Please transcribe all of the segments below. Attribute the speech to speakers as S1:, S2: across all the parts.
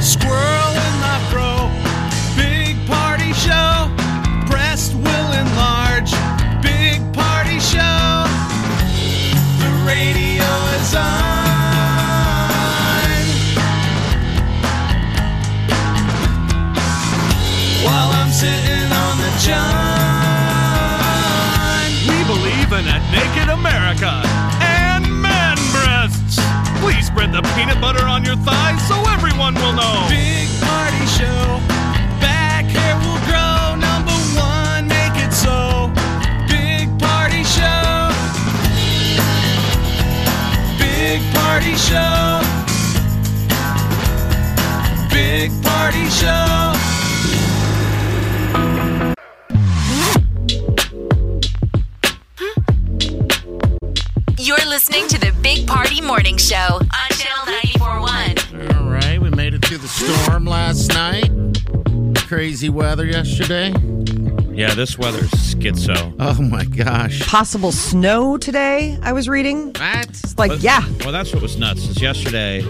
S1: Squirrel in the fro, big party show. Breast will enlarge, big party show. The radio is on. While I'm sitting on the john. We believe in a naked America and man breasts. Please spread the peanut butter on your thighs so everyone will know. Big party show. Back hair will grow. Number one, make it so. Big party show. Big party show. Big party show.
S2: You're listening to the Big Party Morning Show on Channel 941.
S3: All right, we made it through the storm last night. Crazy weather yesterday.
S4: Yeah, this weather's schizo.
S3: Oh my gosh.
S5: possible snow today, I was reading.
S3: That's
S5: It's like, yeah,
S4: Well, that's what was nuts. Is yesterday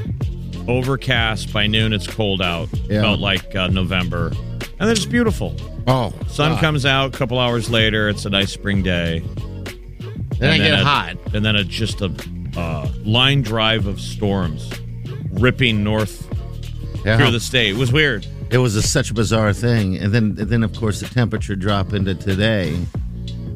S4: overcast by noon? It's cold out.
S3: Yeah.
S4: Felt like uh, November, and then it's beautiful.
S3: oh,
S4: Sun
S3: God.
S4: comes out. A couple hours later, it's a nice spring day.
S3: Then I
S4: And
S3: get
S4: a-
S3: hot.
S4: and then a, just a uh, line drive of storms ripping north
S3: Yeah.
S4: through the state. It was weird.
S3: It was a, such a bizarre thing, and then and then of course the temperature drop into today,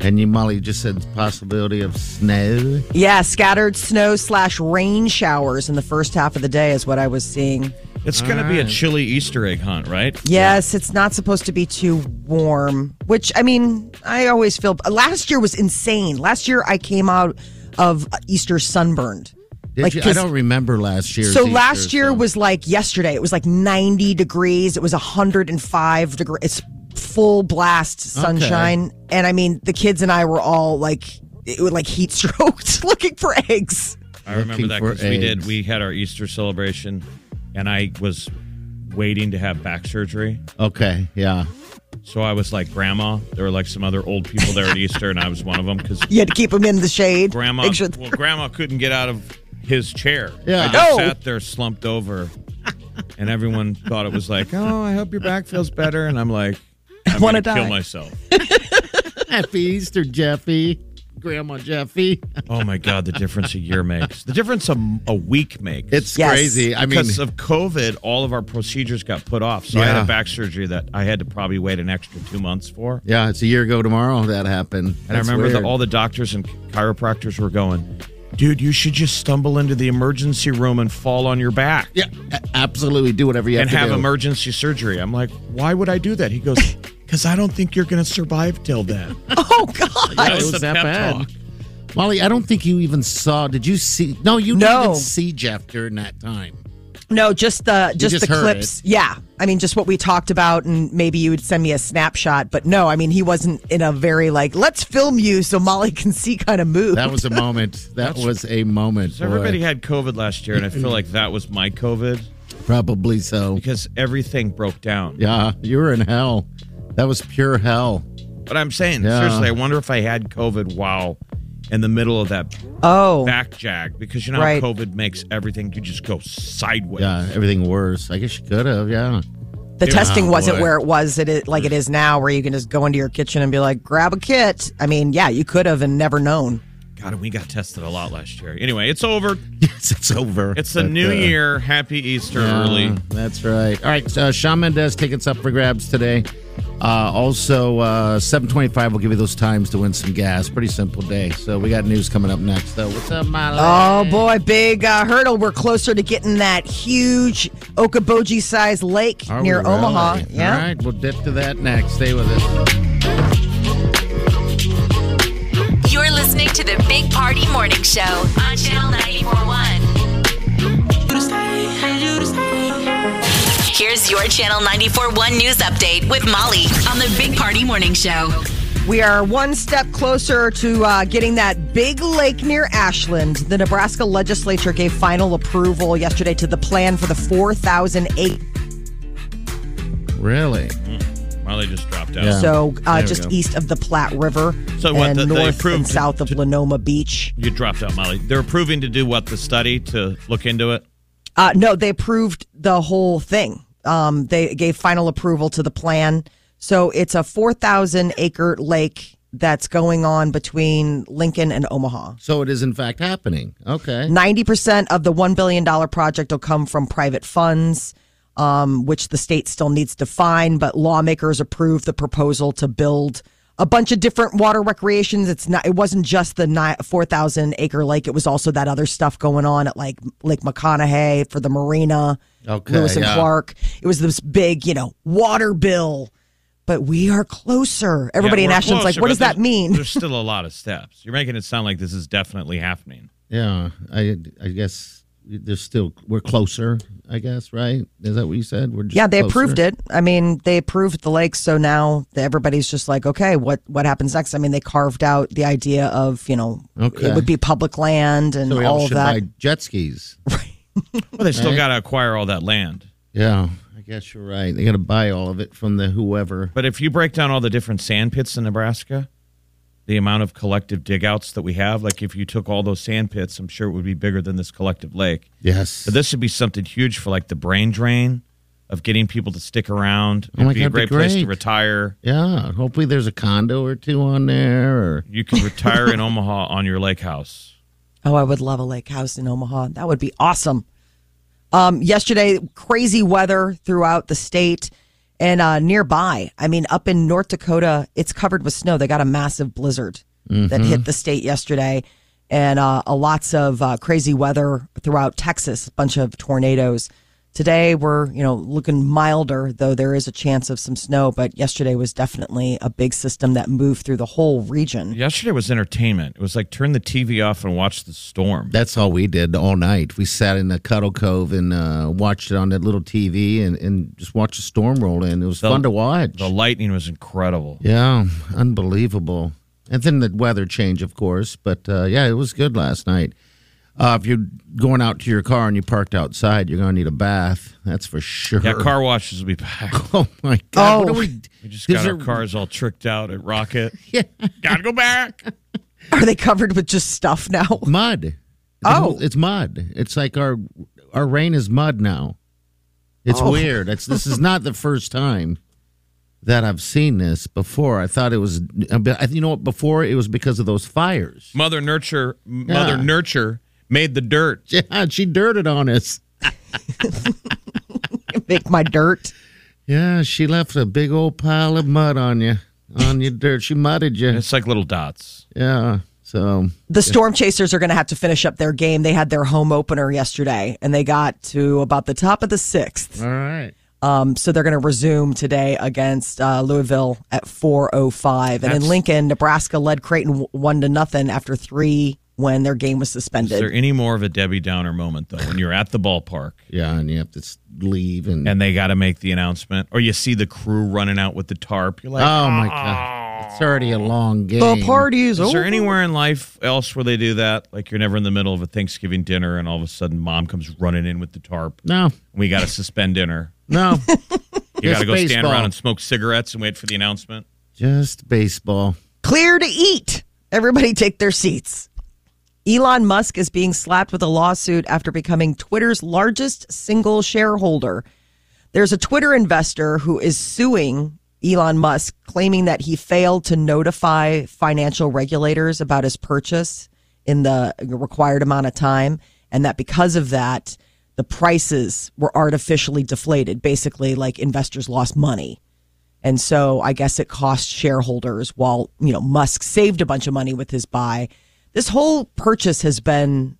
S3: and you Molly just said possibility of snow.
S5: yeah, scattered snow slash rain showers in the first half of the day is what I was seeing.
S4: It's going to be a chilly Easter egg hunt, right?
S5: Yes, it's not supposed to be too warm, which I mean, I always feel last year was insane. Last year I came out of Easter sunburned.
S3: Did you? I
S5: 'cause-
S3: don't remember last year.
S5: so last year was like yesterday. It was like 90 degrees. It was 105 degrees. It's full blast sunshine. And I mean, the kids and I were all like, it was like heat stroked looking for eggs.
S4: I remember
S3: Looking
S4: that
S3: for
S4: because we did.
S3: eggs.
S4: We had our Easter celebration, and I was waiting to have back surgery.
S3: okay, yeah.
S4: So I was like grandma. There were like some other old people there at Easter, and I was one of them because
S5: You had to keep them in the shade.
S4: grandma.
S5: Make sure-
S4: Well, grandma couldn't get out of his chair.
S3: Yeah.
S4: I just
S5: Oh.
S4: sat there slumped over, and everyone thought it was like, "Oh, I hope your back feels better," and I'm like, "I
S5: wanna
S4: to kill
S5: die."
S4: myself."
S3: Happy Easter, Jeffy, Grandma Jeffy.
S4: Oh my god, the difference a year makes. The difference a, a week makes.
S3: It's
S5: Yes.
S3: crazy. I mean,
S4: because of COVID, all of our procedures got put off. So I had
S3: Yeah.
S4: a back surgery that I had to probably wait an extra two months for.
S3: yeah, it's a year ago tomorrow that happened.
S4: And
S3: That's
S4: I remember
S3: weird.
S4: the, all the doctors and chiropractors were going, dude, you should just stumble into the emergency room and fall on your back
S3: Yeah, a- absolutely. Do whatever you have
S4: and
S3: to
S4: have
S3: do.
S4: emergency surgery. I'm like, why would I do that? He goes, because I don't think you're going to survive till then.
S5: oh, God.
S3: Yeah,
S4: That was the pep talk.
S3: Molly, I don't think you even saw. Did you see? No, you
S5: No.
S3: didn't even see Jeff during that time.
S5: No, just the just,
S3: just
S5: the
S3: heard
S5: clips. Yeah, I mean, just what we talked about, and maybe you would send me a snapshot. But no, I mean, he wasn't in a very like let's film you so Molly can see kind of mood.
S3: That was a moment. That was a moment.
S4: So everybody
S3: boy.
S4: had COVID last year, and I feel like that was my COVID
S3: probably so.
S4: because everything broke down.
S3: Yeah, you were in hell. That was pure hell.
S4: But I'm saying,
S3: Yeah.
S4: seriously, I wonder if I had COVID while in the middle of that
S5: oh,
S4: back jag because you know
S5: Right.
S4: how COVID makes everything you just go sideways.
S3: Yeah, everything worse. I guess you could have. Yeah.
S5: the testing
S3: Oh,
S5: wasn't
S3: boy.
S5: where it was it is, like it is now, where you can just go into your kitchen and be like, grab a kit. I mean, yeah, you could have and never known.
S4: God, and we got tested a lot last year. Anyway, it's over.
S3: Yes, it's over.
S4: It's the
S3: But,
S4: new
S3: uh,
S4: year. Happy Easter
S3: yeah,
S4: early.
S3: That's right. All right. uh, So Sean Mendez tickets up for grabs today. Uh, also, uh, seven twenty-five will give you those times to win some gas. Pretty simple day. So we got news coming up next. Though, what's up, Molly?
S5: Oh boy, big uh, hurdle. We're closer to getting that huge Okoboji sized lake
S3: Are we
S5: near
S3: really?
S5: Omaha. Yeah.
S3: All right, we'll dip to that next. Stay with us.
S2: You're listening to the Big Party Morning Show on Channel 941. Here's your Channel 941 news update with Molly on the Big Party Morning Show.
S5: We are one step closer to uh, getting that big lake near Ashland. The Nebraska legislature gave final approval yesterday to the plan for the 4,000 acre
S3: Really?
S4: Molly just dropped out.
S3: Yeah.
S5: So uh,
S3: There we
S5: just
S3: go.
S5: east of the Platte River,
S4: So what,
S5: and
S4: the- they
S5: north and
S4: approved-
S5: south of Lenoma Beach.
S4: You dropped out, Molly. They're approving to do what? The study to look into it?
S5: Uh, no, they approved the whole thing. Um, they gave final approval to the plan. So it's a four thousand acre lake that's going on between Lincoln and Omaha.
S3: So it is in fact happening. Okay.
S5: Ninety percent of the one billion dollar project will come from private funds. Um, which the state still needs to find, but lawmakers approved the proposal to build a bunch of different water recreations. It's not; it wasn't just the ni- four thousand acre lake. It was also that other stuff going on at like Lake McConaughey for the marina,
S3: Okay,
S5: Lewis and
S3: yeah.
S5: Clark. It was this big, you know, water bill. But we are closer. Everybody
S4: Yeah,
S5: in
S4: we're
S5: Ashland's
S4: closer,
S5: like, what
S4: but
S5: does that
S4: there's-
S5: mean?
S4: There's still a lot of steps. You're making it sound like this is definitely happening.
S3: Yeah. I I guess there's still we're closer. I guess right. Is that what you said? We're just
S5: Yeah, they
S3: closer.
S5: approved it. I mean, they approved the lake, so now that everybody's just like, okay, what what happens next? I mean, they carved out the idea of you know
S3: Okay.
S5: it would be public land and
S3: So we all,
S5: all of
S3: should
S5: that.
S3: buy jet skis.
S4: Well, they still
S3: Right.
S4: got to acquire all that land.
S3: Yeah. I guess you're right. They got to buy all of it from the whoever.
S4: But if you break down all the different sand pits in Nebraska, the amount of collective digouts that we have, like if you took all those sand pits, I'm sure it would be bigger than this collective lake.
S3: Yes.
S4: But this would be something huge for like the brain drain of getting people to stick around.
S3: Oh my
S4: It'd be
S3: God,
S4: a
S3: it'd be
S4: great, place to
S3: great.
S4: retire.
S3: yeah. Hopefully there's a condo or two on there. Or
S4: You could retire in Omaha on your lake house.
S5: Oh, I would love a lake house in Omaha. That would be awesome. Um, yesterday, crazy weather throughout the state and uh, nearby. I mean, up in North Dakota, it's covered with snow. They got a massive blizzard that hit the state yesterday, and uh, uh, lots of uh, crazy weather throughout Texas. A bunch of tornadoes. Today we're you know looking milder, though there is a chance of some snow. But yesterday was definitely a big system that moved through the whole region.
S4: Yesterday was entertainment. It was like turn the TV off and watch the storm.
S3: that's all we did all night. We sat in a cuddle cove and uh, watched it on that little TV and, and just watched the storm roll in. It was
S4: The-
S3: fun to watch.
S4: The lightning was incredible.
S3: Yeah, unbelievable. And then the weather change, of course. But uh, yeah, it was good last night. Uh, if you're going out to your car and you parked outside, you're going to need a bath. That's for sure.
S4: Yeah, car washes will be back.
S3: Oh my God! What
S5: Oh.
S3: are we?
S4: We just
S3: These
S4: got our
S3: are-
S4: cars all tricked out at Rocket. yeah. Gotta go back.
S5: Are they covered with just stuff now?
S3: Mud. The
S5: Oh.
S3: whole- it's mud. It's like our our rain is mud now. It's
S5: Oh.
S3: weird. It's this is not the first time that I've seen this before. I thought it was, I- you know what? Before it was because of those fires.
S4: Mother Nurture Mother
S3: Yeah.
S4: Nurture made the dirt.
S3: Yeah, she dirted on us.
S5: make my dirt.
S3: Yeah, she left a big old pile of mud on you, on your dirt. She mudded you.
S4: It's like little dots.
S3: Yeah. So
S5: The Storm Chasers are going to have to finish up their game. They had their home opener yesterday and they got to about the top of the sixth.
S3: all right.
S5: Um, so they're going to resume today against uh, Louisville at 4:05, and in
S4: That's-
S5: Lincoln, Nebraska led Creighton w- one to nothing after three when their game was
S4: Is there
S5: suspended.
S4: any more of a Debbie Downer moment though when you're at the ballpark
S3: Yeah, and you have to s- leave and.
S4: and they got to make the announcement or you see the crew running out with the tarp? You're like,
S3: oh my god, it's already a long game.
S5: The party's
S3: Uh,
S4: Is
S5: over.
S4: there anywhere in life else where they do that? Like you're never in the middle of a Thanksgiving dinner and all of a sudden mom comes running in with the tarp.
S3: No,
S4: We got to suspend dinner.
S3: no,
S4: You got
S3: Just
S4: to go stand
S3: baseball.
S4: around and smoke cigarettes and wait for the announcement.
S3: just baseball.
S5: Clear to eat. Everybody take their seats. Elon Musk is being slapped with a lawsuit after becoming Twitter's largest single shareholder. There's a Twitter investor who is suing Elon Musk, claiming that he failed to notify financial regulators about his purchase in the required amount of time. And that because of that, the prices were artificially deflated. Basically, like investors lost money. And so I guess it cost shareholders while, you know, Musk saved a bunch of money with his buy. This whole purchase has been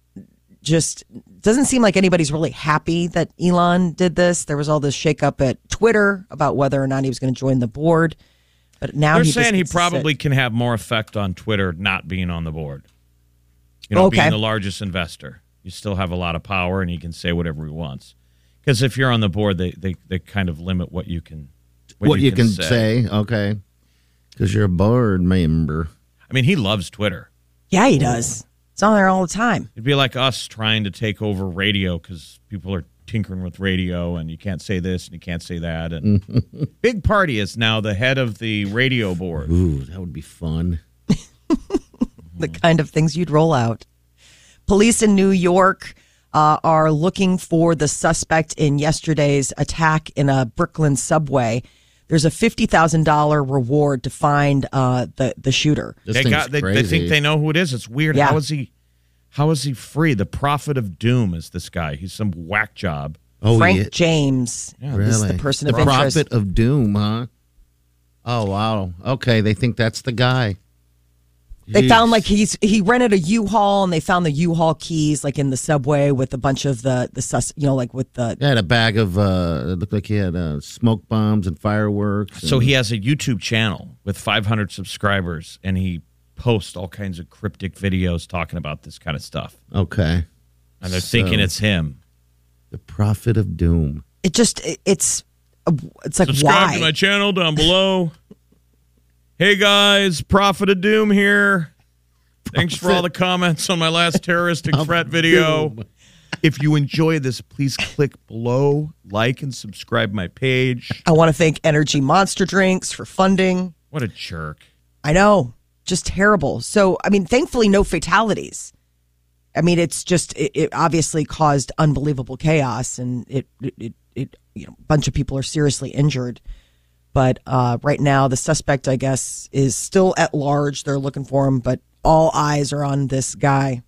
S5: just doesn't seem like anybody's really happy that Elon did this. There was all this shakeup at Twitter about whether or not he was going to join the board. But now
S4: They're
S5: he just
S4: saying he
S5: gets to sit.
S4: probably can have more effect on Twitter not being on the board. You know,
S5: Okay.
S4: being the largest investor, you still have a lot of power, and he can say whatever he wants. Because if you're on the board, they, they they kind of limit what you can
S3: What, you, can, say. okay? Because you're a board member.
S4: I mean, he loves Twitter.
S5: Yeah, he does. It's on there all the time.
S4: It'd be like us trying to take over radio because people are tinkering with radio and you can't say this and you can't say that. And Big Party is now the head of the radio board.
S3: Ooh, that would be fun.
S5: the kind of things you'd roll out. Police in New York uh, are looking for the suspect in yesterday's attack in a Brooklyn subway. There's a fifty thousand dollar reward to find uh, the the shooter.
S3: This
S4: they
S3: thing's
S4: got they, they
S3: crazy.
S4: think they know who it is. It's weird.
S5: Yeah.
S4: How is he how is he free? The prophet of doom is this guy. He's some whack job.
S3: Oh,
S5: Frank
S3: yeah,
S5: James is the
S3: really?
S5: person
S3: the
S5: of interest.
S3: prophet of doom, huh? Oh wow. Okay, they think that's the guy.
S5: They
S3: Jeez.
S5: found like he's he rented a U-Haul and they found the U-Haul keys like in the subway with a bunch of the the sus you know like with the
S3: They had a bag of uh it looked like he had uh, smoke bombs and fireworks.
S4: So
S3: and-
S4: he has a YouTube channel with 500 subscribers and he posts all kinds of cryptic videos talking about this kind of stuff.
S3: Okay.
S4: And they're
S3: So-
S4: thinking it's him.
S3: The prophet of doom.
S5: it just it, it's it's like
S4: Subscribe
S5: why
S4: to my channel down below. hey guys, Prophet of Doom here. Thanks for all the comments on my last terroristic threat video. If you enjoy this, please click below, like, and subscribe my page.
S5: I want to thank Energy Monster Drinks for funding.
S4: What a jerk.
S5: I know, just terrible. So, I mean, thankfully, no fatalities. I mean, it's just it, it obviously caused unbelievable chaos, and it it, it it you know a bunch of people are seriously injured. But uh, right now, the suspect, I guess, is still at large. They're looking for him, but all eyes are on this guy.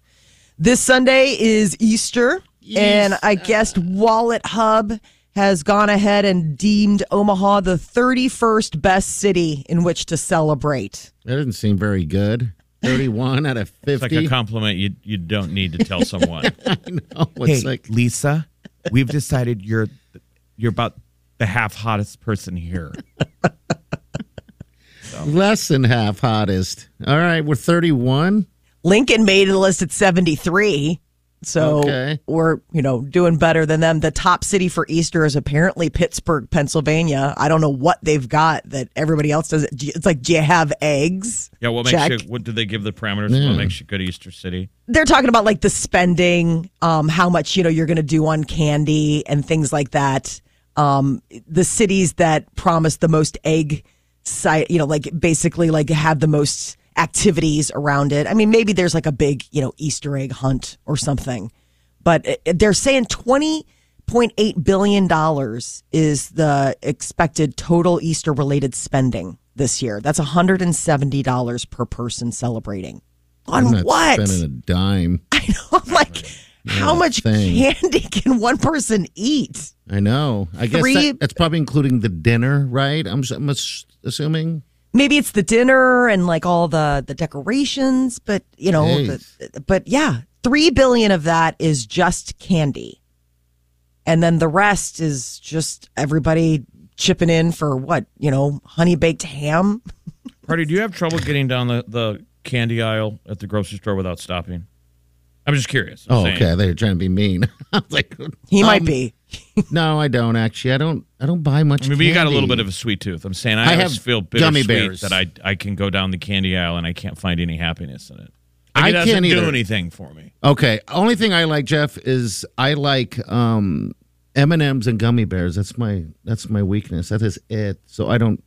S5: This Sunday is Easter, and I guess Wallet Hub has gone ahead and deemed Omaha the 31st best city in which to celebrate.
S3: That doesn't seem very good. Thirty one out of
S4: It's like a
S3: fifty.
S4: compliment you, you don't need to tell someone.
S3: Oh, it's like
S4: Lisa, we've decided you're you're about the half hottest person here.
S3: less than half hottest. All right, we're thirty one.
S5: Lincoln made the list at 73. So
S3: Okay.
S5: we're, you know, doing better than them. The top city for Easter is apparently Pittsburgh, Pennsylvania. I don't know what they've got that everybody else does. It's like, do you have eggs?
S4: Yeah, what makes
S5: Check.
S4: you what do they give the parameters? for What makes you good Easter City?
S5: they're talking about like the spending, um, how much you know you're going to do on candy and things like that. Um, the cities that promise the most egg site, you know, like basically like have the most activities around it. I mean, maybe there's like a big you know Easter egg hunt or something, but it- it- they're saying twenty point eight billion dollars is the expected total Easter related spending this year. That's hundred and seventy dollars per person celebrating. On
S3: I'm not
S5: what?
S3: spending a dime.
S5: I know. I'm like, how much
S3: thing.
S5: candy can one person eat?
S3: I know. I guess
S5: Three-
S3: that, that's probably including the dinner, right? I'm, s- I'm ass- assuming.
S5: Maybe it's the dinner and like all the the decorations, but you know,
S3: Jeez.
S5: the, but yeah, three billion of that is just candy, and then the rest is just everybody chipping in for what you know, honey baked ham.
S4: Party, do you have trouble getting down the, the candy aisle at the grocery store without stopping? I'm just curious. I'm
S3: Oh,
S4: saying.
S3: okay. They're trying to be mean. I'm like,
S5: He might
S3: um,
S5: be.
S3: No, I don't actually. I don't. I don't buy much.
S4: I mean, you got a little
S3: candy.
S4: bit of a sweet tooth. I'm saying I,
S3: I
S4: always
S3: have
S4: feel
S3: gummy
S4: bittersweet
S3: bears.
S4: that I I can go down the candy aisle and I can't find any happiness in it.
S3: I
S4: Like, it doesn't
S3: can't
S4: do
S3: either.
S4: anything for me.
S3: Okay. Only thing I like, Jeff, is I like um M and M's and gummy bears. That's my that's my weakness. That is it. So I don't.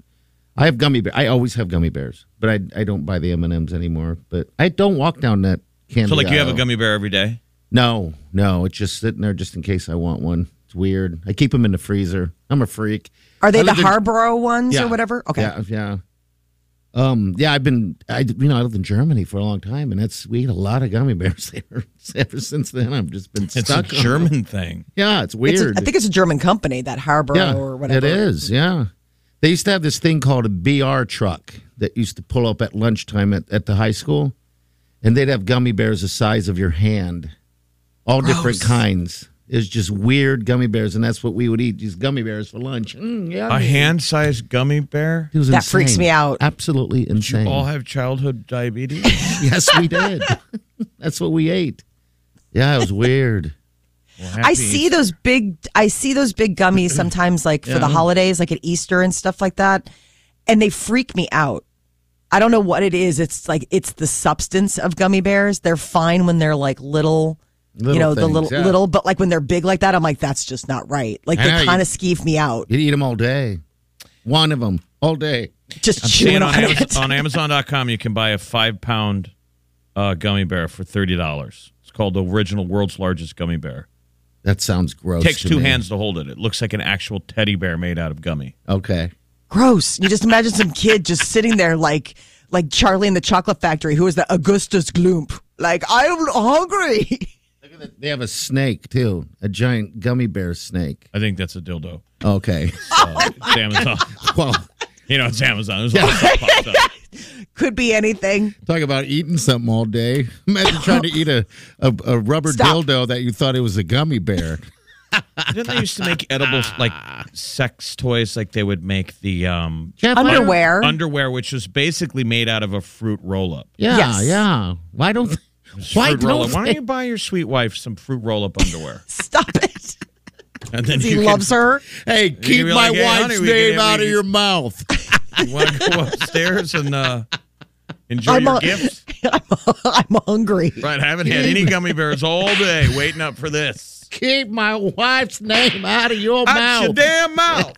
S3: I have gummy bear. I always have gummy bears, but I I don't buy the M and M's anymore. But I don't walk down that candy.
S4: So, like, you have a
S3: aisle.
S4: gummy bear every day.
S3: No, no. It's just sitting there, just in case I want one. It's weird. I keep them in the freezer. I'm a freak.
S5: Are they
S3: I
S5: the
S3: lived in-
S5: Harborough ones
S3: Yeah.
S5: or whatever? Okay.
S3: Yeah, yeah. Um, yeah, I've been, I you know, I lived in Germany for a long time, and that's we ate a lot of gummy bears there. Ever since then, I've just been
S4: It's
S3: stuck.
S4: a
S3: on them.
S4: German thing.
S3: Yeah,
S5: It's
S3: it's
S5: a-
S3: weird.
S5: I think it's a German company that Harborough
S3: yeah,
S5: or whatever.
S3: it is. Yeah, they used to have this thing called a BR truck that used to pull up at lunchtime at, at the high school, and they'd have gummy bears the size of your hand, all different kinds. It's just weird gummy bears, and that's what we would eat. These gummy bears for lunch. Mm, yeah,
S4: A hand-sized gummy bear.
S3: It was
S5: That freaks
S3: insane.
S5: me out.
S3: Absolutely insane.
S4: All have childhood diabetes.
S3: Yes, we did. That's what we ate. Yeah, it was weird.
S5: I see those big I see those big gummies sometimes like for the holidays, like at Easter and stuff like that. And they freak me out. I don't know what it is. It's like it's the substance of gummy bears. They're fine when they're like little,
S3: Little
S5: you know, the
S3: things,
S5: little
S3: yeah.
S5: little, but like when they're big like that, I'm like, that's just not right. Like
S3: I know,
S5: they
S3: you-
S5: kind of skeeve me out.
S3: You'd eat them all day. One of them all day.
S5: Just
S4: Seeing
S5: chewing
S4: on,
S5: on it.
S4: Amazon, on Amazon.com, you can buy a five pound uh, gummy bear for thirty dollars. It's called the original world's largest gummy bear.
S3: That sounds gross.
S4: takes
S3: to
S4: two
S3: me.
S4: hands to hold it. It looks like an actual teddy bear made out of gummy.
S3: Okay.
S5: Gross. You just imagine some kid just sitting there like like Charlie in the Chocolate Factory, who is the Augustus Gloomp. Like, I'm hungry.
S3: They have a snake too, a giant gummy bear snake.
S4: I think that's a dildo.
S3: Okay.
S4: It's Amazon.
S3: well,
S4: You know, it's Amazon. There's a lot of stuff pops up.
S5: Could be anything.
S3: talk about eating something all day. Imagine trying to eat a, a, a rubber
S5: Stop.
S3: dildo that you thought it was a gummy bear.
S4: Didn't they used to make edible like sex toys? Like they would make the um,
S5: Underwear.
S4: underwear, which was basically made out of a fruit roll up.
S3: Yeah,
S5: Yes.
S3: yeah. Why don't? Why
S4: fruit roll-up.
S3: don't? they-
S4: Why don't you buy your sweet wife some fruit roll up underwear?
S5: Stop it.
S4: And then
S5: He
S4: you
S5: loves her.
S3: Hey, keep
S4: be
S3: my
S4: like, "Hey,
S3: wife's
S4: honey, we can-
S3: name
S4: we
S3: out of
S4: can-
S3: your mouth.
S4: You want to go upstairs and uh, enjoy
S5: I'm
S4: your
S5: a-
S4: gifts?
S5: I'm hungry.
S4: Right, I haven't had any gummy bears all day waiting up for this.
S3: keep my wife's name out of your
S4: Out your
S3: mouth.
S4: damn mouth.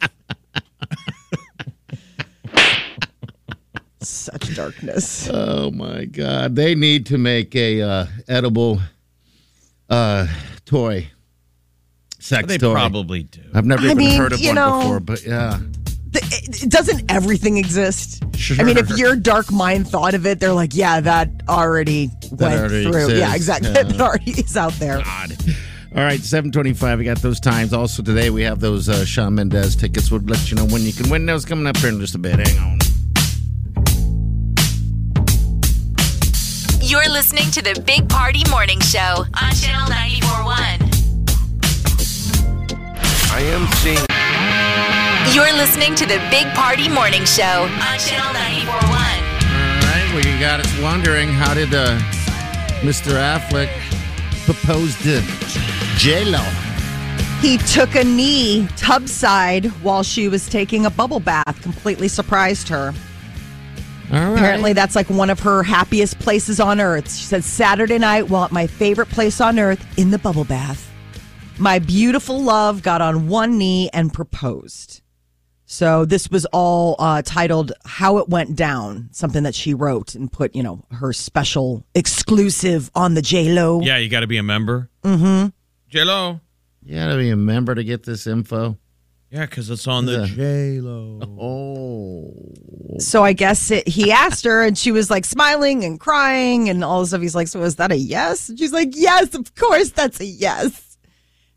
S5: Such darkness.
S3: Oh my God! They need to make a uh, edible uh, toy, sex
S4: They
S3: toy.
S4: probably do.
S3: I've never
S5: I
S3: even
S5: mean,
S3: heard of
S5: you
S3: one
S5: know-
S3: before, but yeah.
S5: Th- it- it- Doesn't everything exist? I mean, if
S3: Sure.
S5: your dark mind thought of it, they're like, yeah, that already went
S3: already
S5: through.
S3: exists.
S5: Yeah, exactly.
S3: Yeah.
S5: That already is out there.
S3: All right, 725. We got those times. Also, today we have those uh, Sean Mendez tickets. We'll let you know when you can win those coming up here in just a bit. Hang on.
S2: You're listening to the Big Party Morning Show on Channel 941.
S6: I am seeing.
S2: You're listening to the Big Party Morning Show on Channel 941.
S3: All right, we got us wondering how did uh, Mr. Affleck propose to J Lo?
S5: He took a knee tub side while she was taking a bubble bath, completely surprised her.
S3: All right.
S5: Apparently, that's like one of her happiest places on earth. She said, Saturday night, well, at my favorite place on earth, in the bubble bath, my beautiful love got on one knee and proposed. So, this was all uh, titled How It Went Down, something that she wrote and put, you know, her special exclusive on the JLo.
S4: Yeah, you got to be a member. Mm-hmm. J-Lo.
S3: you gotta be a member to get this info.
S4: Yeah, because it's on the J-Lo.
S3: Oh,
S5: So, I guess it, he asked her and she was like smiling and crying and all this stuff. He's like, So, is that a yes? And she's like, Yes, of course, that's a yes.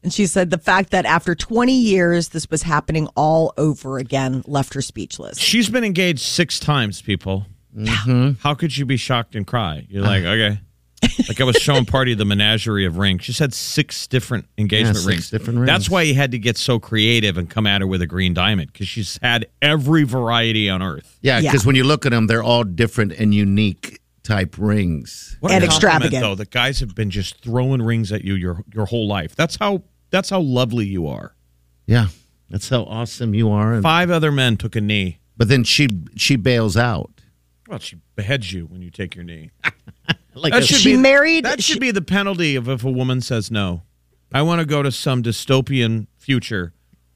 S5: And she said the fact that after 20 years, this was happening all over again left her speechless.
S4: She's been engaged six times, people.
S3: Mm-hmm.
S4: How could you be shocked and cry?
S3: Ah.
S4: You're like, okay. Like I was showing party the menagerie of rings. She's had six different engagement
S3: Yeah, six
S4: rings.
S3: different rings.
S4: That's why he had to get so creative and come at her with a green diamond because she's had every variety on earth.
S3: yeah.
S5: Yeah.
S3: Because when you look at them, they're all different and unique type rings.
S4: What a
S5: And
S4: compliment,
S5: extravagant.
S4: though. The guys have been just throwing rings at you your your whole life. That's how that's how lovely you are.
S3: Yeah, that's how awesome you are. And,
S4: Five other men took a knee.
S3: but then she she bails out.
S4: Well, she beheads you when you take your knee.
S3: Like
S4: That
S3: a-
S4: should
S5: She
S4: be
S5: married-
S4: That should
S5: she-
S4: be the penalty of if a woman says no. I want to go to some dystopian future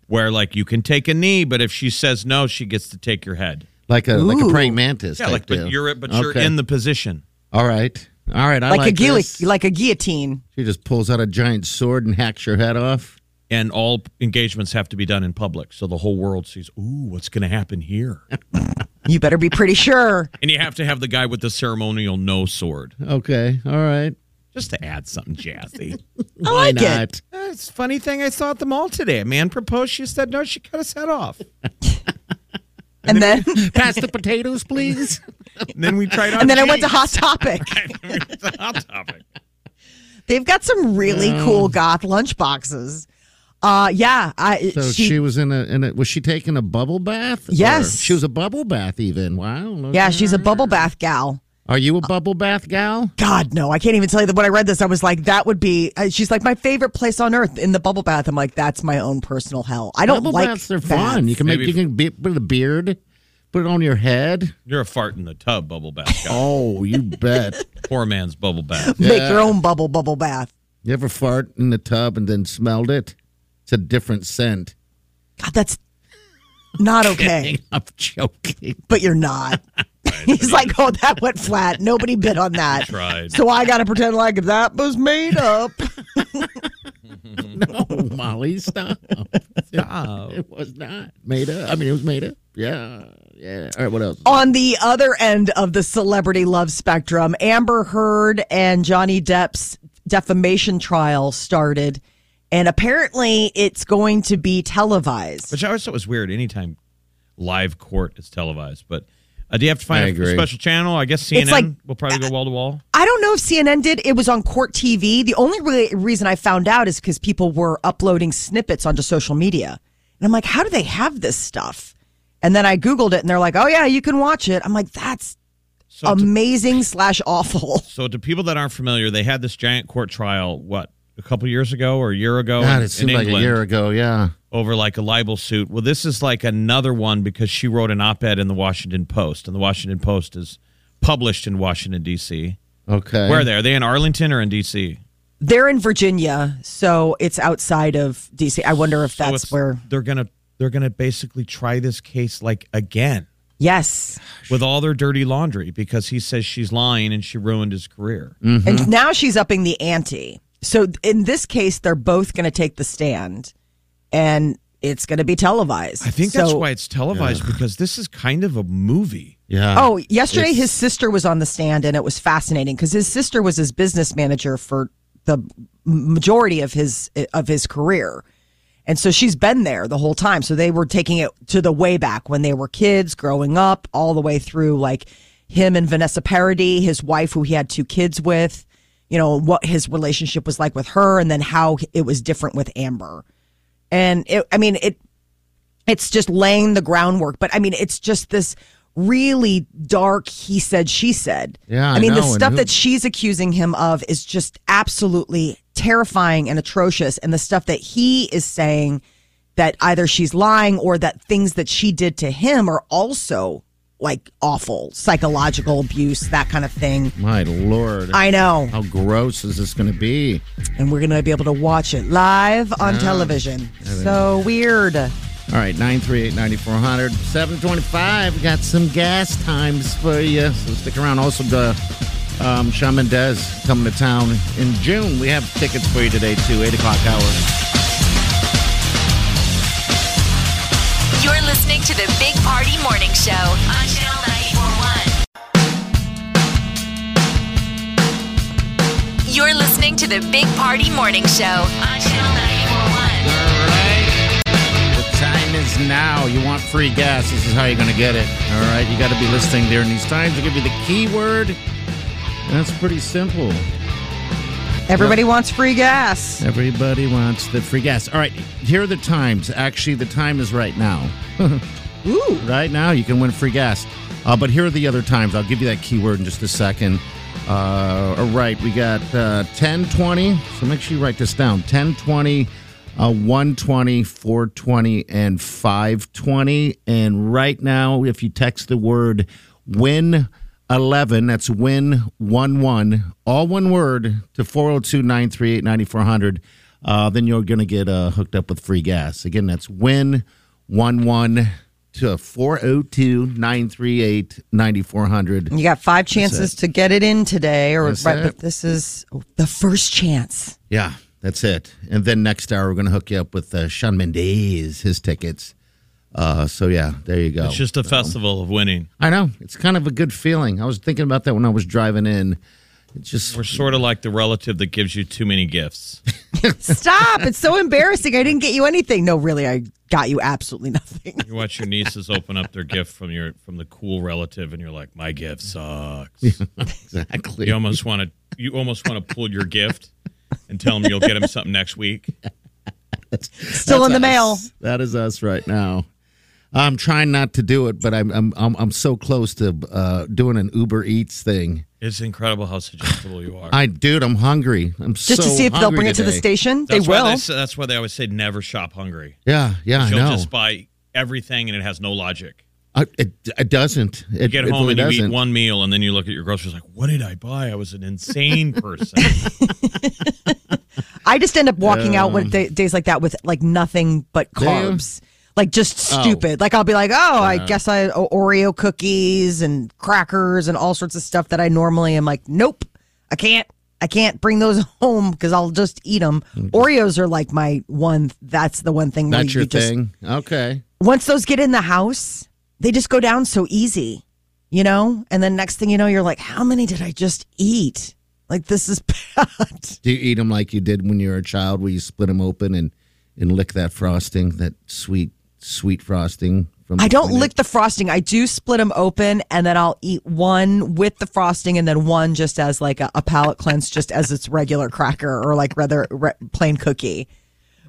S4: where like you can take a knee, but if she says no, she gets to take your head.
S3: like a like a
S5: Ooh.
S3: praying mantis.
S4: Yeah,
S3: type
S4: like but
S3: deal.
S4: you're but you're
S3: Okay.
S4: in the position.
S3: All right, all right. I
S5: Like,
S3: like,
S5: a guillo-
S3: this.
S5: like a guillotine.
S3: She just pulls out a giant sword and hacks your head off.
S4: And all engagements have to be done in public, so the whole world sees. Ooh, what's going to happen here?
S5: You better be pretty sure.
S4: and you have to have the guy with the ceremonial no sword,
S3: Okay, all right.
S4: just to add something jazzy.
S5: I like
S3: Why not?
S5: it.
S4: Uh, It's a funny thing. I saw at the mall today. A man proposed. She said no. She cut his head off.
S5: And then
S3: Pass the potatoes, please.
S4: And then we tried.
S5: and then I went to Hot Topic.
S4: hot topic.
S5: They've got some really
S3: Mm.
S5: cool goth lunch boxes. Uh yeah, I
S3: So she,
S5: she,
S3: was in a in a was she taking a bubble bath?
S5: Yes.
S3: Or- she was a bubble bath even. Wow.
S5: Yeah, she's a bubble bath gal.
S3: Are you a bubble bath gal?
S5: God, no, I can't even tell you that when I read this, I was like, that would be, uh, she's like, my favorite place on earth in the bubble bath. I'm like, that's my own personal hell. I don't
S3: Bubble
S5: like
S3: baths are fun. You can make
S4: Maybe-
S3: you can be, put a beard, put it on your head.
S4: You're a fart in the tub bubble bath guy.
S3: Oh, you bet.
S4: Poor man's bubble bath.
S5: Make your own bubble, bubble bath.
S3: you ever fart in the tub and then smelled it? It's a different scent.
S5: God, that's not okay,
S3: I'm joking.
S5: but you're not. He's like, oh, that went flat. Nobody bid on that.
S4: Tried.
S5: So I got to pretend like that was made up.
S3: No, Molly, stop. Stop. It was not made up. I mean, it was made up. Yeah. Yeah. All right. What else?
S5: On the other end of the celebrity love spectrum, Amber Heard and Johnny Depp's defamation trial started, and apparently it's going to be televised.
S4: Which I always thought was weird. Anytime live court is televised, but uh, do you have to find
S3: I
S4: a
S3: agree. uh,
S4: special channel? I guess CNN
S5: like-
S4: will probably go wall to wall.
S5: I don't know if CNN did. It was on Court TV. The only re- reason I found out is because people were uploading snippets onto social media. And I'm like, how do they have this stuff? And then I Googled it and they're like, oh, yeah, you can watch it. I'm like, that's
S4: So,
S3: um,
S4: to,
S5: amazing slash awful.
S4: so to people that aren't familiar, they had this giant court trial. What? A couple years ago or a year ago
S3: God,
S4: Oh, in-
S3: it seemed
S4: in
S3: like a
S4: England
S3: year ago. Yeah.
S4: over like a libel suit. Well, this is like another one because she wrote an op-ed in the Washington Post, and the Washington Post is published in Washington D.C.
S3: Okay.
S4: Where are they? Are they in Arlington or in D.C.?
S5: They're in Virginia, so it's outside of DC. I wonder if
S4: So
S5: that's
S4: it's-
S5: where.
S4: they're gonna they're gonna basically try this case like again
S5: Yes.
S4: with all their dirty laundry because he says she's lying and she ruined his career.
S5: And now she's upping the ante. So in this case, they're both going to take the stand and it's going to be televised.
S4: I think that's
S5: So-
S4: why it's televised because this is kind of a movie.
S3: Yeah.
S5: Oh, yesterday his sister was on the stand, and it was fascinating because his sister was his business manager for the majority of his of his career, and so she's been there the whole time. So they were taking it to the way back when they were kids, growing up, all the way through like him and Vanessa Paradis, his wife, who he had two kids with. You know what his relationship was like with her, and then how it was different with Amber. And it, I mean, it it's just laying the groundwork. But I mean, it's just this really dark he said, she said.
S3: Yeah, I
S5: I mean, the
S3: know, and
S5: stuff
S3: who-
S5: that she's accusing him of is just absolutely terrifying and atrocious. And the stuff that he is saying that either she's lying or that things that she did to him are also like awful psychological abuse, that kind of thing.
S3: My lord.
S5: I know.
S3: How gross is this going to be?
S5: And we're going to be able to watch it live on television. So weird.
S3: All right, 938 9400, 725. We got some gas times for you. So stick around. Also, the um, Shawn Mendes coming to town in June. We have tickets for you today, too, 8 o'clock hour.
S2: You're listening to the Big Party Morning Show on Channel 941. You're listening to the Big Party Morning Show on Channel 941.
S3: Alright. The time is now. You want free gas. This is how you're going to get it. All right. You got to be listening during these times. I'll give you the keyword. And that's pretty simple.
S5: Everybody wants free gas.
S3: Everybody wants the free gas. All right. Here are the times. Actually, the time is right now.
S5: Ooh.
S3: Right now, you can win free gas. Uh, but here are the other times. I'll give you that keyword in just a second. Uh, all right, we got uh, 1020. So make sure you write this down 1020, uh, 120, 420, and 520. And right now, if you text the word win 11, that's win 1 1, all one word to 402 938 9400, uh, then you're going to get uh, hooked up with free gas. Again, that's win 1 1 to 402 938 9400.
S5: You got five chances to get it in today, or
S3: That's
S5: right,
S3: it.
S5: but this is the first chance.
S3: Yeah, that's it. And then next hour, we're going to hook you up with uh, Sean Mendes, his tickets. Uh, so, yeah, there you go.
S4: It's just a festival of winning.
S3: I know. It's kind of a good feeling. I was thinking about that when I was driving in. It's just,
S4: We're sort of like the relative that gives you too many gifts.
S5: Stop! it's so embarrassing. I didn't get you anything. No, really, I got you absolutely nothing.
S4: You watch your nieces open up their gift from your from the cool relative, and you're like, "My gift sucks."
S3: exactly.
S4: You almost want to you almost want to pull your gift and tell them you'll get him something next week.
S5: Still in the mail.
S3: That is us right now. I'm trying not to do it, but I'm I'm I'm, I'm so close to uh, doing an Uber Eats thing.
S4: It's incredible how suggestible you are.
S3: I dude, I'm hungry. I'm
S5: Just to see if they'll bring it to the station.
S3: station.
S4: that's
S5: they
S4: why
S5: will.
S4: s- that's why they always say never shop hungry.
S3: Yeah, yeah, I
S4: You'll
S3: know.
S4: just buy everything and it has no logic.
S3: I, Uh, it, it doesn't. It,
S4: You get
S3: it
S4: home
S3: really
S4: and you
S3: doesn't.
S4: eat one meal and then you look at your groceries like, what did I buy? I was an insane person.
S5: I just end up walking out with da- days like that with like nothing but
S3: Do you?
S5: carbs. Like just stupid. Like I'll be like, oh, I guess I oh, Oreo cookies and crackers and all sorts of stuff that I normally am like, nope, I can't, I can't bring those home because I'll just eat them. Oreos are like my one. That's the one thing. where
S3: Mm-hmm. That's
S5: you
S3: your
S5: just,
S3: thing. Okay.
S5: Once those get in the house, they just go down so easy, you know. And then next thing you know, you're like, how many did I just eat? Like this is bad.
S3: Do you eat them like you did when you were a child, where you split them open and and lick that frosting, that sweet sweet frosting from?
S5: I don't
S3: between it?
S5: lick the frosting. I do split them open and then I'll eat one with the frosting and then one just as like a, a palate cleanse, just as its regular cracker or like rather re- plain cookie.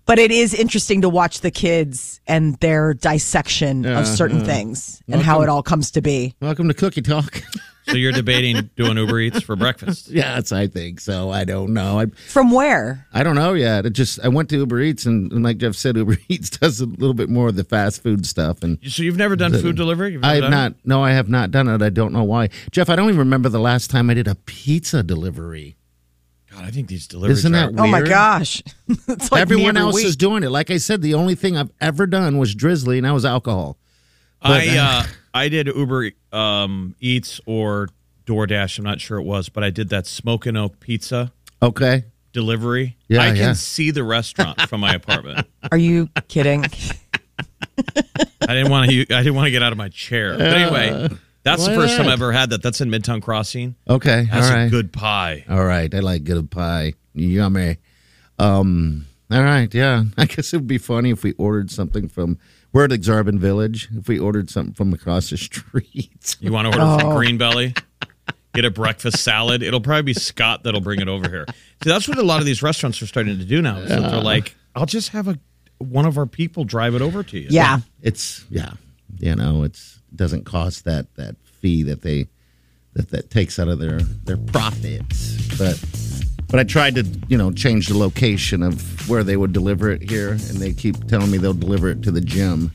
S5: But it is interesting to watch the kids and their dissection of certain things and how it all comes to be.
S3: Welcome to Cookie Talk.
S4: so you're debating doing Uber Eats for breakfast.
S3: yes, I think so. I don't know. I
S5: From where?
S3: I don't know yet. It just I went to Uber Eats and, and like Jeff said, Uber Eats does a little bit more of the fast food stuff and.
S4: So you've never done food delivery? You've never
S3: I have
S4: done it?
S3: not. No, I have not done it. I don't know why, Jeff. I don't even remember the last time I did a pizza delivery.
S4: God, I think these deliveries
S3: Isn't that
S4: are-
S3: weird?
S5: Oh my gosh. it's like
S3: Everyone else
S5: week.
S3: is doing it. Like I said, the only thing I've ever done was drizzly, and that was alcohol.
S4: I uh, I did Uber um, Eats or DoorDash. I'm not sure it was, but I did that smoke and oak pizza
S3: Okay.
S4: delivery.
S3: Yeah,
S4: I can
S3: yeah.
S4: see the restaurant from my apartment.
S5: Are you kidding?
S4: I didn't want to. I didn't want to get out of my chair. But anyway, that's the
S3: why
S4: first time
S3: not?
S4: I ever had that. That's in Midtown Crossing.
S3: Okay.
S4: That's
S3: all right.
S4: a good pie.
S3: all right. I like good pie. Yummy. Um. All right. Yeah. I guess it would be funny if we ordered something from. We're at Exarban Village. If we ordered something from across the street.
S4: You want to order
S3: Oh.
S4: from Green Belly? Get a breakfast salad. It'll probably be Scott that'll bring it over here. See, that's what a lot of these restaurants are starting to do now. Is that they're like, I'll just have a one of our people drive it over to you.
S5: yeah.
S3: it's yeah you know it's doesn't cost that that fee that they that that takes out of their their profits but but i tried to you know change the location of where they would deliver it here and they keep telling me they'll deliver it to the gym